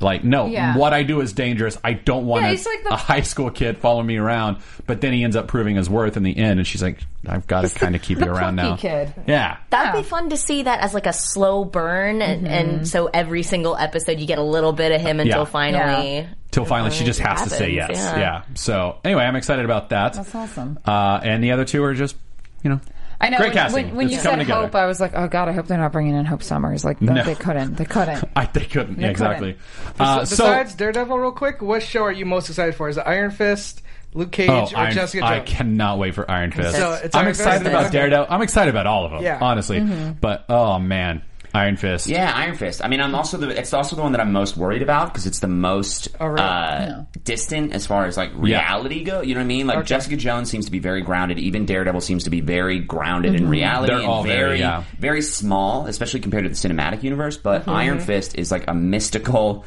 Speaker 5: Like, no,
Speaker 6: Yeah.
Speaker 5: what I do is dangerous. I don't want
Speaker 6: Yeah,
Speaker 5: a-
Speaker 6: he's like the-
Speaker 5: a high school kid following me around. But then he ends up proving his worth in the end, and she's like, I've got to kind of keep you around now. Yeah. Mm-hmm.
Speaker 8: That would be fun to see that as like a slow burn, and, and so every single episode you get a little bit of him until
Speaker 5: Yeah.
Speaker 8: finally.
Speaker 5: Till finally she just has to say yes.
Speaker 8: Happens,
Speaker 5: Yeah.
Speaker 8: yeah.
Speaker 5: So anyway, I'm excited about that.
Speaker 6: That's awesome.
Speaker 5: Uh, and the other two are just, you know,
Speaker 6: I know.
Speaker 5: great
Speaker 6: when,
Speaker 5: casting.
Speaker 6: When, when
Speaker 5: It's
Speaker 6: you said
Speaker 5: coming together.
Speaker 6: Hope, I was like, oh god, I hope they're not bringing in Hope Summers. Like
Speaker 5: No.
Speaker 6: they couldn't. They couldn't.
Speaker 5: [laughs] I, they couldn't. Yeah,
Speaker 6: They
Speaker 5: exactly.
Speaker 6: couldn't.
Speaker 5: Uh, so.
Speaker 9: Besides Daredevil, real quick, what show are you most excited for? Is it Iron Fist, Luke Cage,
Speaker 5: Oh,
Speaker 9: or
Speaker 5: Iron-
Speaker 9: Jessica
Speaker 5: I
Speaker 9: Jones?
Speaker 5: cannot wait for Iron Fist.
Speaker 9: So it's
Speaker 5: I'm
Speaker 9: Iron
Speaker 5: excited
Speaker 9: Fist.
Speaker 5: about Daredevil. I'm excited about all of them,
Speaker 7: Yeah.
Speaker 5: honestly.
Speaker 7: Mhm.
Speaker 5: But oh man, Iron Fist.
Speaker 7: Yeah, Iron Fist. I mean, I'm also the. It's also the one that I'm most worried about because it's the most
Speaker 6: Oh,
Speaker 7: uh, distant as far as like
Speaker 5: Yeah.
Speaker 7: reality go. You know what I mean? Like Jessica Jones seems to be very grounded. Even Daredevil seems to be very grounded in
Speaker 6: Mm-hmm.
Speaker 5: Mhm.
Speaker 7: reality.
Speaker 5: They're
Speaker 7: and
Speaker 5: all very,
Speaker 7: very,
Speaker 5: yeah.
Speaker 7: very small, especially compared to the cinematic universe. But
Speaker 6: Mm-hmm.
Speaker 5: Mhm.
Speaker 7: Iron Fist is like a mystical.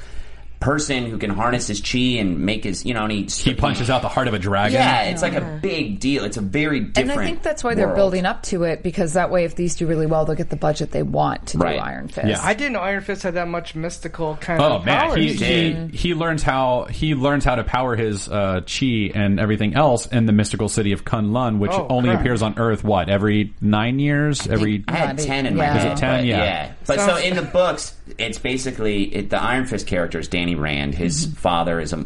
Speaker 7: Person who can harness his chi and make his, you know, and he he
Speaker 5: punches out the heart of a dragon.
Speaker 7: Yeah, it's like a big deal. It's a very
Speaker 6: And
Speaker 7: different.
Speaker 6: I think that's why they're
Speaker 7: world.
Speaker 6: building up to it because that way, if these do really well, they'll get the budget they want to do Iron Fist.
Speaker 9: I didn't know Iron Fist had that much mystical kind
Speaker 5: Oh
Speaker 9: of
Speaker 5: man,
Speaker 9: powers.
Speaker 5: he, he he learns how he learns how to power his uh, chi and everything else in the mystical city of Kunlun, which
Speaker 7: Oh,
Speaker 5: only
Speaker 7: crap.
Speaker 5: appears on Earth what every nine years, every
Speaker 7: I had ten in my
Speaker 5: Is
Speaker 7: head.
Speaker 5: it ten?
Speaker 7: but
Speaker 5: yeah.
Speaker 7: But so
Speaker 5: Sounds-
Speaker 7: in the books, it's basically it, the Iron Fist character is Danny Rand. His
Speaker 5: Mm-hmm.
Speaker 7: father is a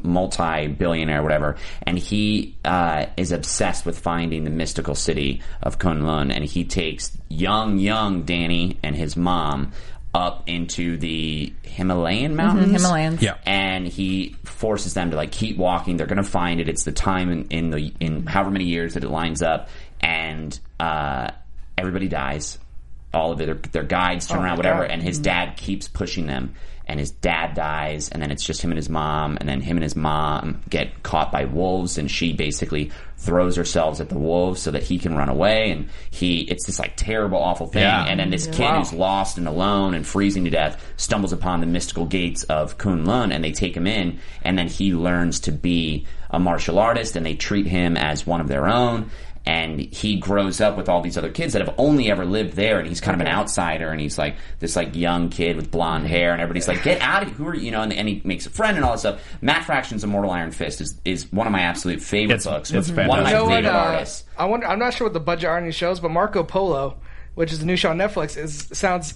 Speaker 7: multi-billionaire, whatever, and he uh, is obsessed with finding the mystical city of Kunlun. And he takes young, young Danny and his mom up into the Himalayan mountains.
Speaker 6: Himalayans.
Speaker 5: Mm-hmm. Yeah.
Speaker 7: And he forces them to like keep walking. They're going to find it. It's the time in, in the in however many years that it lines up, and uh, everybody dies. All of it. Their, their guides turn
Speaker 5: Oh,
Speaker 7: around,
Speaker 5: my
Speaker 7: whatever.
Speaker 5: God.
Speaker 7: And his dad keeps pushing them, and his dad dies, and then it's just him and his mom, and then him and his mom get caught by wolves, and she basically throws herself at the wolves so that he can run away, and he. It's this like terrible, awful thing,
Speaker 5: Yeah.
Speaker 7: and then this
Speaker 5: Yeah.
Speaker 7: kid
Speaker 5: Wow.
Speaker 7: who's lost and alone and freezing to death, stumbles upon the mystical gates of Kunlun and they take him in and then he learns to be a martial artist and they treat him as one of their own and he grows up with all these other kids that have only ever lived there and he's kind of an outsider and he's like this like young kid with blonde hair and everybody's like get out of here who are you?" you know and, and he makes a friend and all that stuff Matt Fraction's Immortal Iron Fist is, is one of my absolute favorite books
Speaker 5: it's
Speaker 7: one of my
Speaker 9: You know
Speaker 7: favorite
Speaker 9: what, uh,
Speaker 7: artists
Speaker 9: I wonder. I'm not sure what the budget are on these shows, but Marco Polo, which is the new show on Netflix, is sounds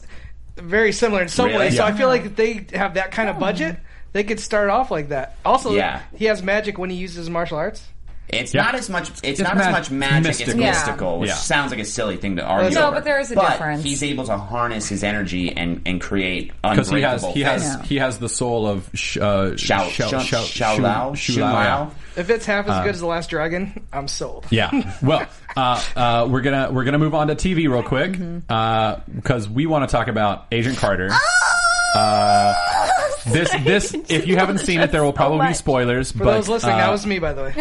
Speaker 9: very similar in some
Speaker 7: Really?
Speaker 9: ways. So
Speaker 7: Yeah. Oh.
Speaker 9: I feel like if they have that kind of budget, they could start off like that. Also,
Speaker 7: Yeah.
Speaker 9: he has magic when he uses martial arts.
Speaker 7: It's
Speaker 5: Yeah.
Speaker 7: not as much. It's,
Speaker 5: It's
Speaker 7: not
Speaker 5: mag-
Speaker 7: as much magic.
Speaker 5: mystical.
Speaker 7: It's
Speaker 5: Yeah.
Speaker 7: mystical, which
Speaker 5: Yeah.
Speaker 7: sounds like a silly thing to argue.
Speaker 6: No,
Speaker 7: over.
Speaker 6: but there is a difference.
Speaker 7: He's able to harness his energy and and create
Speaker 5: because he has
Speaker 7: unbreakable.
Speaker 5: he has
Speaker 7: things.
Speaker 5: he has the soul of sh- uh,
Speaker 7: Shao-
Speaker 5: Shao-
Speaker 7: Shao-
Speaker 5: Shao-
Speaker 7: Shao
Speaker 5: Shu-
Speaker 7: Lao?
Speaker 5: Shu
Speaker 7: Shu
Speaker 5: Lao,
Speaker 7: Lao?
Speaker 5: yeah.
Speaker 9: If it's half as
Speaker 5: Uh,
Speaker 9: good as the Last Dragon, I'm sold.
Speaker 5: Yeah. Well, uh, uh, we're gonna we're gonna move on to TV real quick
Speaker 9: Mm-hmm.
Speaker 5: because we want to talk about Agent Carter.
Speaker 7: Ah!
Speaker 5: Uh, this this
Speaker 7: [laughs]
Speaker 5: if you haven't seen it, there will probably be spoilers.
Speaker 9: For
Speaker 5: but
Speaker 9: those listening,
Speaker 5: uh,
Speaker 9: that was me, by the way.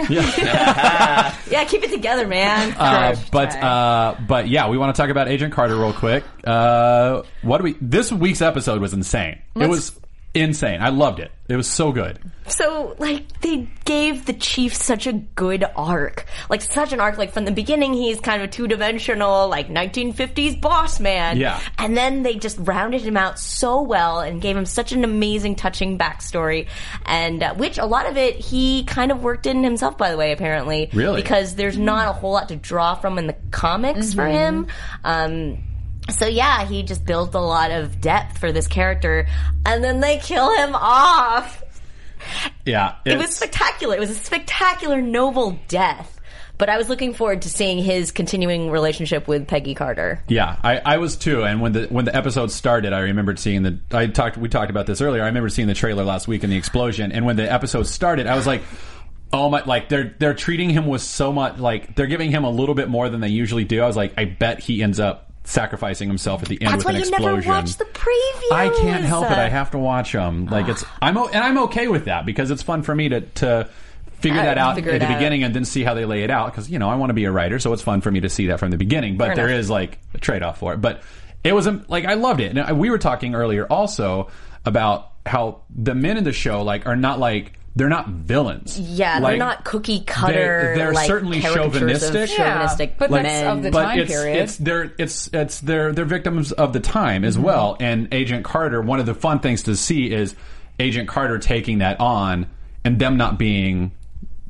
Speaker 8: yeah, keep it together, man.
Speaker 5: uh, but uh, but yeah, we want to talk about Agent Carter real quick. Uh, what do we? This week's episode was insane. it
Speaker 8: Let's-
Speaker 5: was insane. I loved it. It was so good.
Speaker 8: So, like, they gave the chief such a good arc. Like, such an arc. Like, from the beginning, he's kind of a two dimensional, like, 1950s boss man.
Speaker 5: Yeah.
Speaker 8: And then they just rounded him out so well and gave him such an amazing, touching backstory. And, uh, which a lot of it he kind of worked in himself, by the way, apparently.
Speaker 11: Really?
Speaker 8: Because there's not a whole lot to draw from in the comics for
Speaker 11: Mhm.
Speaker 8: him. Um, so yeah, he just built a lot of depth for this character, and then they kill him off.
Speaker 5: Yeah,
Speaker 8: It was spectacular. It was a spectacular, noble death. But I was looking forward to seeing his continuing relationship with Peggy Carter.
Speaker 5: Yeah, I, I was too. And when the when the episode started, I remembered seeing the I talked we talked about this earlier. I remember seeing the trailer last week and the explosion. And when the episode started, I was like, oh my! Like they're they're treating him with so much like they're giving him a little bit more than they usually do. I was like, I bet he ends up sacrificing himself at the end
Speaker 8: That's
Speaker 5: with
Speaker 8: why
Speaker 5: an
Speaker 8: you
Speaker 5: explosion.
Speaker 8: never watched the previews.
Speaker 5: I can't help it. I have to watch them. Like it's
Speaker 8: Ah.
Speaker 5: I'm o- and I'm okay with that because it's fun for me to to figure
Speaker 8: I
Speaker 5: that out at
Speaker 8: figure
Speaker 5: the
Speaker 8: it out.
Speaker 5: beginning and then see how they lay it out because you know I want to be a writer, so it's fun for me to see that from the beginning. But
Speaker 8: Fair
Speaker 5: there
Speaker 8: enough.
Speaker 5: is like a trade off for it. But it was um, like I loved it. And I- we were talking earlier also about how the men in the show like are not like they're not villains.
Speaker 8: Yeah,
Speaker 5: Like,
Speaker 8: they're not cookie cutter.
Speaker 5: they're, they're
Speaker 8: like,
Speaker 5: certainly
Speaker 8: caricatures of
Speaker 5: chauvinistic,
Speaker 8: chauvinistic men.
Speaker 5: but it's, It's they're it's it's they're they're victims of the time
Speaker 8: Mm-hmm.
Speaker 5: as well. And Agent Carter, one of the fun things to see is Agent Carter taking that on and them not being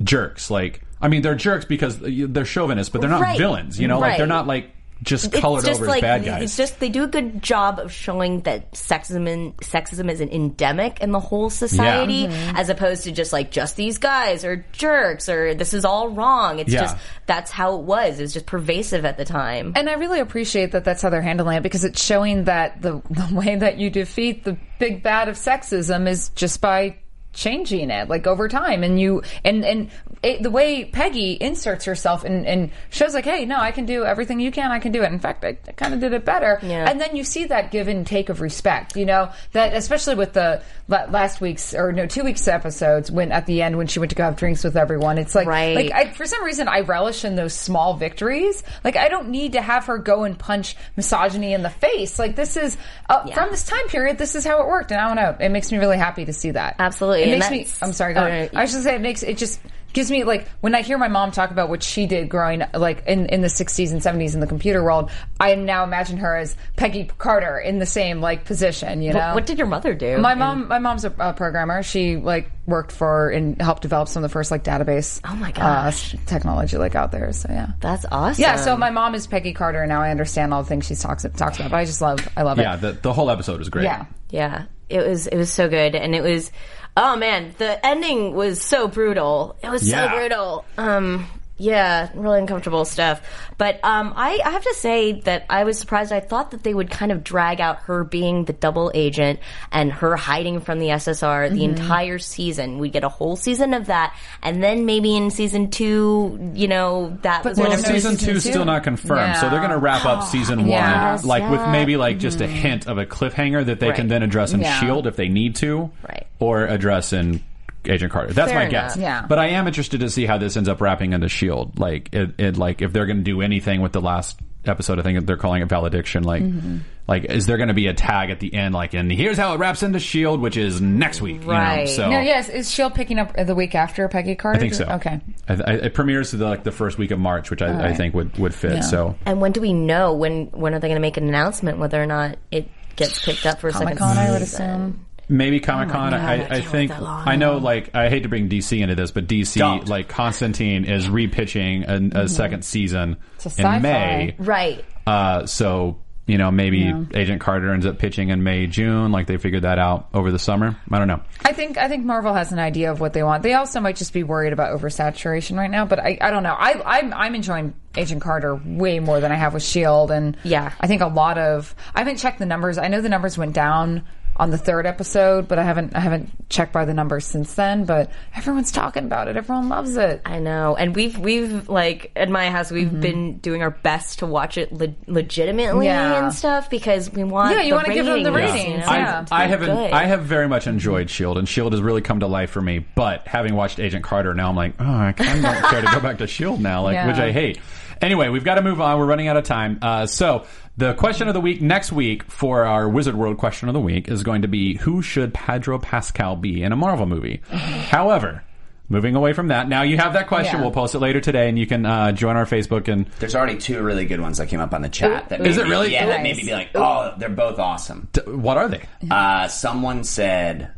Speaker 5: jerks. Like I mean, they're jerks because they're chauvinists, but they're not
Speaker 8: Right.
Speaker 5: villains. You know, like they're
Speaker 8: Right.
Speaker 5: not like just
Speaker 8: It's
Speaker 5: colored
Speaker 8: just
Speaker 5: over as
Speaker 8: like,
Speaker 5: bad guys.
Speaker 8: It's just they do a good job of showing that sexism and sexism is an endemic in the whole society,
Speaker 6: Mm-hmm.
Speaker 11: Mhm.
Speaker 8: as opposed to just like just these guys are jerks or this is all wrong. It's
Speaker 6: Yeah.
Speaker 8: just that's how it was. It was just pervasive at the time.
Speaker 6: And I really appreciate that that's how they're handling it because it's showing that the, [laughs] the way that you defeat the big bad of sexism is just by changing it like over time and you and and it, the way peggy inserts herself and and shows like hey no i can do everything you can i can do it in fact i, I kind of did it better and then you see that give and take of respect you know that especially with the la- last week's or no two weeks episodes when at the end when she went to go have drinks with everyone it's like
Speaker 8: Right.
Speaker 6: like I, for some reason, I relish in those small victories. Like, I don't need to have her go and punch misogyny in the face. Like, this is uh, from this time period. This is how it worked, and I don't know. It makes me really happy to see that.
Speaker 8: Absolutely,
Speaker 6: it
Speaker 8: and
Speaker 6: makes me.
Speaker 8: that's-
Speaker 6: I'm sorry. Go
Speaker 8: Oh,
Speaker 6: on.
Speaker 8: no, no, you-
Speaker 6: I should say it makes it just gives me like when I hear my mom talk about what she did growing like in in the 60s and 70s in the computer world. I now imagine her as Peggy Carter in the same like position. You
Speaker 8: Wh-
Speaker 6: know,
Speaker 8: what did your mother do?
Speaker 6: uh, My mom, my mom's a, a programmer. She like worked for and helped develop some of the first like database. Oh my gosh, um, technology like out there. So yeah,
Speaker 8: that's awesome.
Speaker 6: Yeah, so my mom is Peggy Carter, and now I understand all the things she talks talks about. But I just love, I love
Speaker 5: yeah,
Speaker 6: it.
Speaker 5: the the whole episode was great.
Speaker 6: Yeah.
Speaker 8: Yeah, it was it was so good, and it was oh man, the ending was so brutal. It was
Speaker 11: Yeah.
Speaker 8: so brutal. Um, yeah, really uncomfortable stuff. But um, I, I have to say that I was surprised. I thought that they would kind of drag out her being the double agent and her hiding from the SSR the
Speaker 6: Mm-hmm.
Speaker 11: Mhm.
Speaker 8: entire season. We'd get a whole season of that, and then maybe in season two, you know, that was
Speaker 5: well,
Speaker 8: when it was-
Speaker 5: season two still not confirmed, so they're going to wrap up season one,
Speaker 8: Yes,
Speaker 5: like with
Speaker 8: yeah. Mm-hmm.
Speaker 5: maybe like just a hint of a cliffhanger that they can
Speaker 8: Right.
Speaker 5: then address in
Speaker 8: Yeah.
Speaker 5: Shield E if they need to, right? Or address in Agent Carter. That's
Speaker 8: Fair
Speaker 5: my guess.
Speaker 8: enough. Yeah.
Speaker 5: But I am interested to see how this ends up wrapping into Shield. E Like it, it like if they're going to do anything with the last episode, I think they're calling it Valediction. Like.
Speaker 8: Mhm.
Speaker 5: Like, is there going to be a tag at the end? Like, and here's how it wraps into Shield, E which is next week. You know? So
Speaker 6: No, yes, is she picking up the week after Peggy
Speaker 5: Oh.
Speaker 6: Carter?
Speaker 5: I think so.
Speaker 6: Okay.
Speaker 5: I, I, it premieres the, like the first week of March, which I,
Speaker 8: All
Speaker 5: I
Speaker 8: right.
Speaker 5: think would would fit.
Speaker 8: Yeah.
Speaker 5: So
Speaker 8: And when do we know? When when are they going to make an announcement whether or not it gets picked up for a second
Speaker 6: Comic-Con, I would
Speaker 8: season?
Speaker 6: assume.
Speaker 5: Maybe Comic Con.
Speaker 8: God, I
Speaker 5: I,
Speaker 8: can't
Speaker 5: I
Speaker 8: wait
Speaker 5: think
Speaker 8: that long.
Speaker 5: I know. Like I hate to bring DC into this, but DC like Constantine is repitching a, a
Speaker 8: Mhm.
Speaker 5: second season
Speaker 8: It's a
Speaker 5: in
Speaker 8: sci-fi.
Speaker 5: May,
Speaker 8: Right.
Speaker 5: Uh, so you know, maybe
Speaker 6: Yeah.
Speaker 5: Agent Carter ends up pitching in May, June. Like they figured that out over the summer. I don't know.
Speaker 6: I think I think Marvel has an idea of what they want. They also might just be worried about oversaturation right now, but I, I don't know. I I'm, I'm enjoying Agent Carter way more than I have with Shield, and yeah, I think a lot of I haven't checked the numbers. I know the numbers went down on the third episode, but I haven't I haven't checked by the numbers since then. But everyone's talking about it. Everyone loves it.
Speaker 8: I know, and we've we've like at my house we've
Speaker 6: Mm-hmm.
Speaker 8: been doing our best to watch it le- legitimately
Speaker 6: Yeah.
Speaker 8: and stuff because we want
Speaker 6: Yeah, you
Speaker 8: want
Speaker 6: wanna
Speaker 8: to
Speaker 6: give them the ratings,
Speaker 8: You know?
Speaker 6: I- yeah.
Speaker 5: I haven't.
Speaker 8: Good.
Speaker 5: I have very much enjoyed Shield, E and Shield has really come to life for me. But having watched Agent Carter, now I'm like, oh, I kind of don't [laughs] care to go back to Shield now, like
Speaker 11: Yeah.
Speaker 5: which I hate. Anyway, we've got to move on. We're running out of time. Uh, so the question of the week next week for our Wizard World question of the week is going to be who should Pedro Pascal be in a Marvel movie? However. Moving away from that, now you have that question.
Speaker 7: Yeah.
Speaker 5: We'll post it later today, and you can uh, join our Facebook and.
Speaker 7: There's already two really good ones that came up on the chat. That
Speaker 5: Is
Speaker 7: made
Speaker 5: it
Speaker 7: me-
Speaker 5: really?
Speaker 7: Yeah, that
Speaker 5: Nice.
Speaker 7: made me be like, oh, they're both awesome.
Speaker 5: what are they?
Speaker 7: Uh, someone said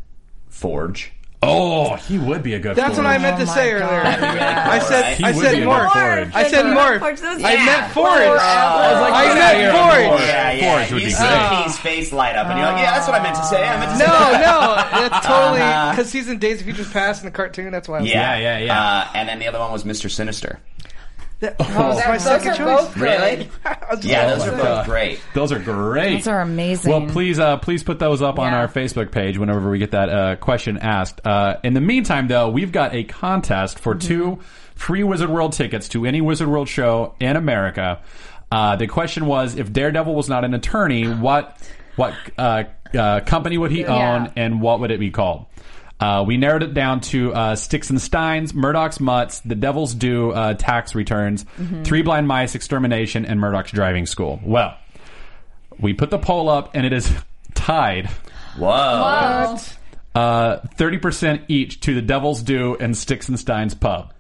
Speaker 7: Forge.
Speaker 5: Oh, he would be a good.
Speaker 9: That's what I
Speaker 6: Oh
Speaker 9: meant to say earlier. I said,
Speaker 7: He
Speaker 9: I
Speaker 7: would
Speaker 9: said
Speaker 7: be a
Speaker 9: Morph.
Speaker 7: Forge.
Speaker 9: I said
Speaker 7: Yeah.
Speaker 9: Morph.
Speaker 7: Yeah.
Speaker 9: I meant Forge.
Speaker 7: Forge.
Speaker 9: I meant Forge.
Speaker 7: Yeah, yeah.
Speaker 9: Forge would
Speaker 7: you
Speaker 9: be
Speaker 7: see
Speaker 9: great.
Speaker 7: Lee's face light up, and you're like, yeah, that's what I meant to say. I meant to
Speaker 9: No,
Speaker 7: say.
Speaker 9: no,
Speaker 7: [laughs]
Speaker 9: that's totally
Speaker 7: Uh,
Speaker 9: because he's in Days of Future Past in the cartoon. That's why. I was
Speaker 7: yeah,
Speaker 9: like-
Speaker 7: yeah, yeah. Uh, and then the other one was Mr. Sinister.
Speaker 9: That, oh, that's my
Speaker 6: Those
Speaker 9: second
Speaker 6: are
Speaker 9: choice.
Speaker 6: both
Speaker 7: Really?
Speaker 9: [laughs]
Speaker 7: yeah, those are both great.
Speaker 5: Those are great.
Speaker 6: Those are amazing.
Speaker 5: Well, please, uh, please put those up on our Facebook page whenever we get that uh, question asked. Uh, in the meantime, though, we've got a contest for two free Wizard World tickets to any Wizard World show in America. Uh, the question was: If Daredevil was not an attorney, what what uh, uh, company would he
Speaker 11: Yeah.
Speaker 5: own, and what would it be called? Uh, we narrowed it down to uh, Sticks and Steins, Murdoch's Mutts, The Devil's Due uh, Tax Returns,
Speaker 11: Mhm.
Speaker 5: Three Blind Mice Extermination, and Murdoch's Driving School. Well, we put the poll up, and it is tied. uh,
Speaker 7: Whoa.
Speaker 5: Thirty percent each to the Devil's Due and Sticks and Steins Pub.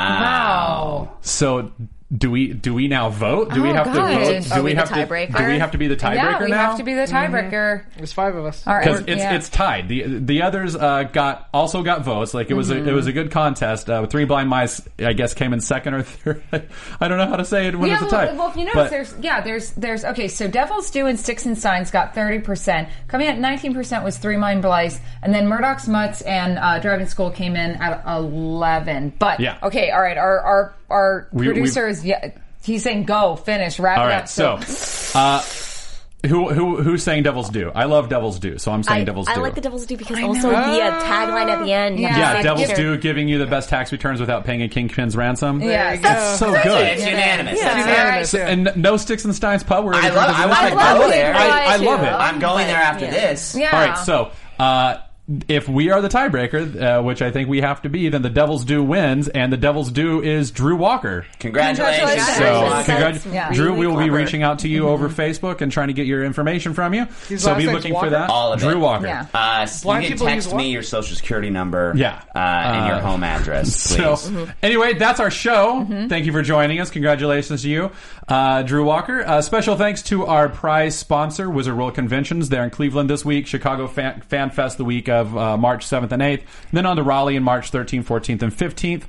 Speaker 7: Wow.
Speaker 5: So, do we do we now vote? Do we
Speaker 6: Oh,
Speaker 5: have
Speaker 6: God.
Speaker 5: to vote? Do
Speaker 6: Are we the
Speaker 5: have to?
Speaker 6: tiebreaker? Mm-hmm.
Speaker 5: Do we have to be the tiebreaker
Speaker 6: yeah, we
Speaker 5: now?
Speaker 6: have to be the tiebreaker.
Speaker 9: There's five of us.
Speaker 6: All right,
Speaker 5: because
Speaker 6: we're-
Speaker 5: it's
Speaker 6: yeah.
Speaker 5: it's tied. The the others uh, got also got votes. Like it was
Speaker 6: Mhm.
Speaker 5: a, it was a good contest. Uh, Three Blind Mice, I guess, came in second or third. [laughs] I don't know how to say it when
Speaker 6: yeah,
Speaker 5: it's a tie.
Speaker 6: well, well, if you notice,
Speaker 5: But-
Speaker 6: there's yeah, there's there's okay. So Devils Do and Sticks and Signs got thirty percent. Coming at nineteen percent was Three Mind Blights, and then Murdoch's Mutts and uh, Driving School came in at eleven. But
Speaker 5: Yeah.
Speaker 6: okay, all right, our our our
Speaker 5: We-
Speaker 6: producer
Speaker 5: we-
Speaker 6: is yeah, he's saying go finish wrap
Speaker 5: all
Speaker 6: it
Speaker 5: right,
Speaker 6: up.
Speaker 5: so. Uh, who who who's saying Devils Do? I love Devils Do, so I'm saying
Speaker 8: I,
Speaker 5: Devils
Speaker 8: I
Speaker 5: Do.
Speaker 8: like the Devil's Due because also the uh, tagline at the end.
Speaker 5: yeah,
Speaker 7: Uh,
Speaker 8: like,
Speaker 5: Devils
Speaker 8: sure.
Speaker 5: Do giving you the best tax returns without paying a kingpin's ransom.
Speaker 8: Yeah,
Speaker 5: Yes. that's so
Speaker 8: It's
Speaker 5: good.
Speaker 8: unanimous. It's unanimous. Yeah. It's unanimous,
Speaker 5: So- and no sticks and steins pub. Where
Speaker 7: I
Speaker 5: everyone
Speaker 7: love, I
Speaker 5: does
Speaker 7: want
Speaker 5: this
Speaker 7: to
Speaker 5: thing.
Speaker 7: go there.
Speaker 5: I, I love it.
Speaker 7: I'm going there after this.
Speaker 5: All right, so uh, if we are the tiebreaker, uh, which I think we have to be, then the Devils do wins, and the Devils do is Drew Walker.
Speaker 7: Oh, Congratulations.
Speaker 5: So,
Speaker 7: Congratulations.
Speaker 5: congrat-
Speaker 7: Yeah.
Speaker 5: Drew,
Speaker 7: Really
Speaker 5: we will be
Speaker 7: clever.
Speaker 5: reaching out to you over Facebook and trying to get your information from you.
Speaker 7: His
Speaker 5: so
Speaker 7: last
Speaker 5: be
Speaker 7: name's
Speaker 5: looking
Speaker 7: Walker?
Speaker 5: for that.
Speaker 7: All of
Speaker 5: Drew
Speaker 7: it.
Speaker 5: Walker.
Speaker 7: Yeah. Uh,
Speaker 5: Blind
Speaker 7: you can
Speaker 5: people
Speaker 7: text
Speaker 5: use
Speaker 7: me your social security number.
Speaker 5: Yeah.
Speaker 7: Uh, and your
Speaker 5: Uh,
Speaker 7: home address,
Speaker 5: [laughs]
Speaker 7: please.
Speaker 5: So, anyway, that's our show. Thank you for joining us. Congratulations to you, uh, Drew Walker. Uh, special thanks to our prize sponsor, Wizard World Conventions. They're in Cleveland this week, Chicago Fan, Fan Fest the week of uh, March 7th and 8th, then on to Raleigh in March 13th, 14th, and 15th.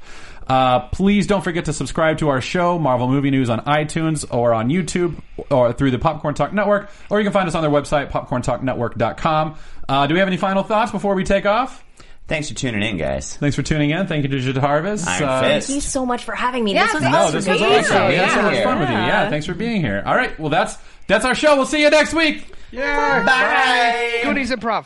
Speaker 5: Uh, please don't forget to subscribe to our show, Marvel Movie News, on iTunes or on YouTube or through the Popcorn Talk Network, or you can find us on their website, popcorntalknetwork.com. Uh, do we have any final thoughts before we take off?
Speaker 7: Thanks for tuning in, guys.
Speaker 5: Thanks for tuning in. Thank you to Jid Harvest.
Speaker 7: Iron
Speaker 5: Uh,
Speaker 8: Thank you so much for having me. this was
Speaker 5: No,
Speaker 8: awesome.
Speaker 5: this was
Speaker 8: Thank you.
Speaker 5: awesome. We had so much
Speaker 8: Yeah.
Speaker 5: fun with you. Yeah, thanks for being here. All right, well that's that's our show. We'll see you next week.
Speaker 9: Yeah.
Speaker 7: Bye.
Speaker 9: Goodies improv.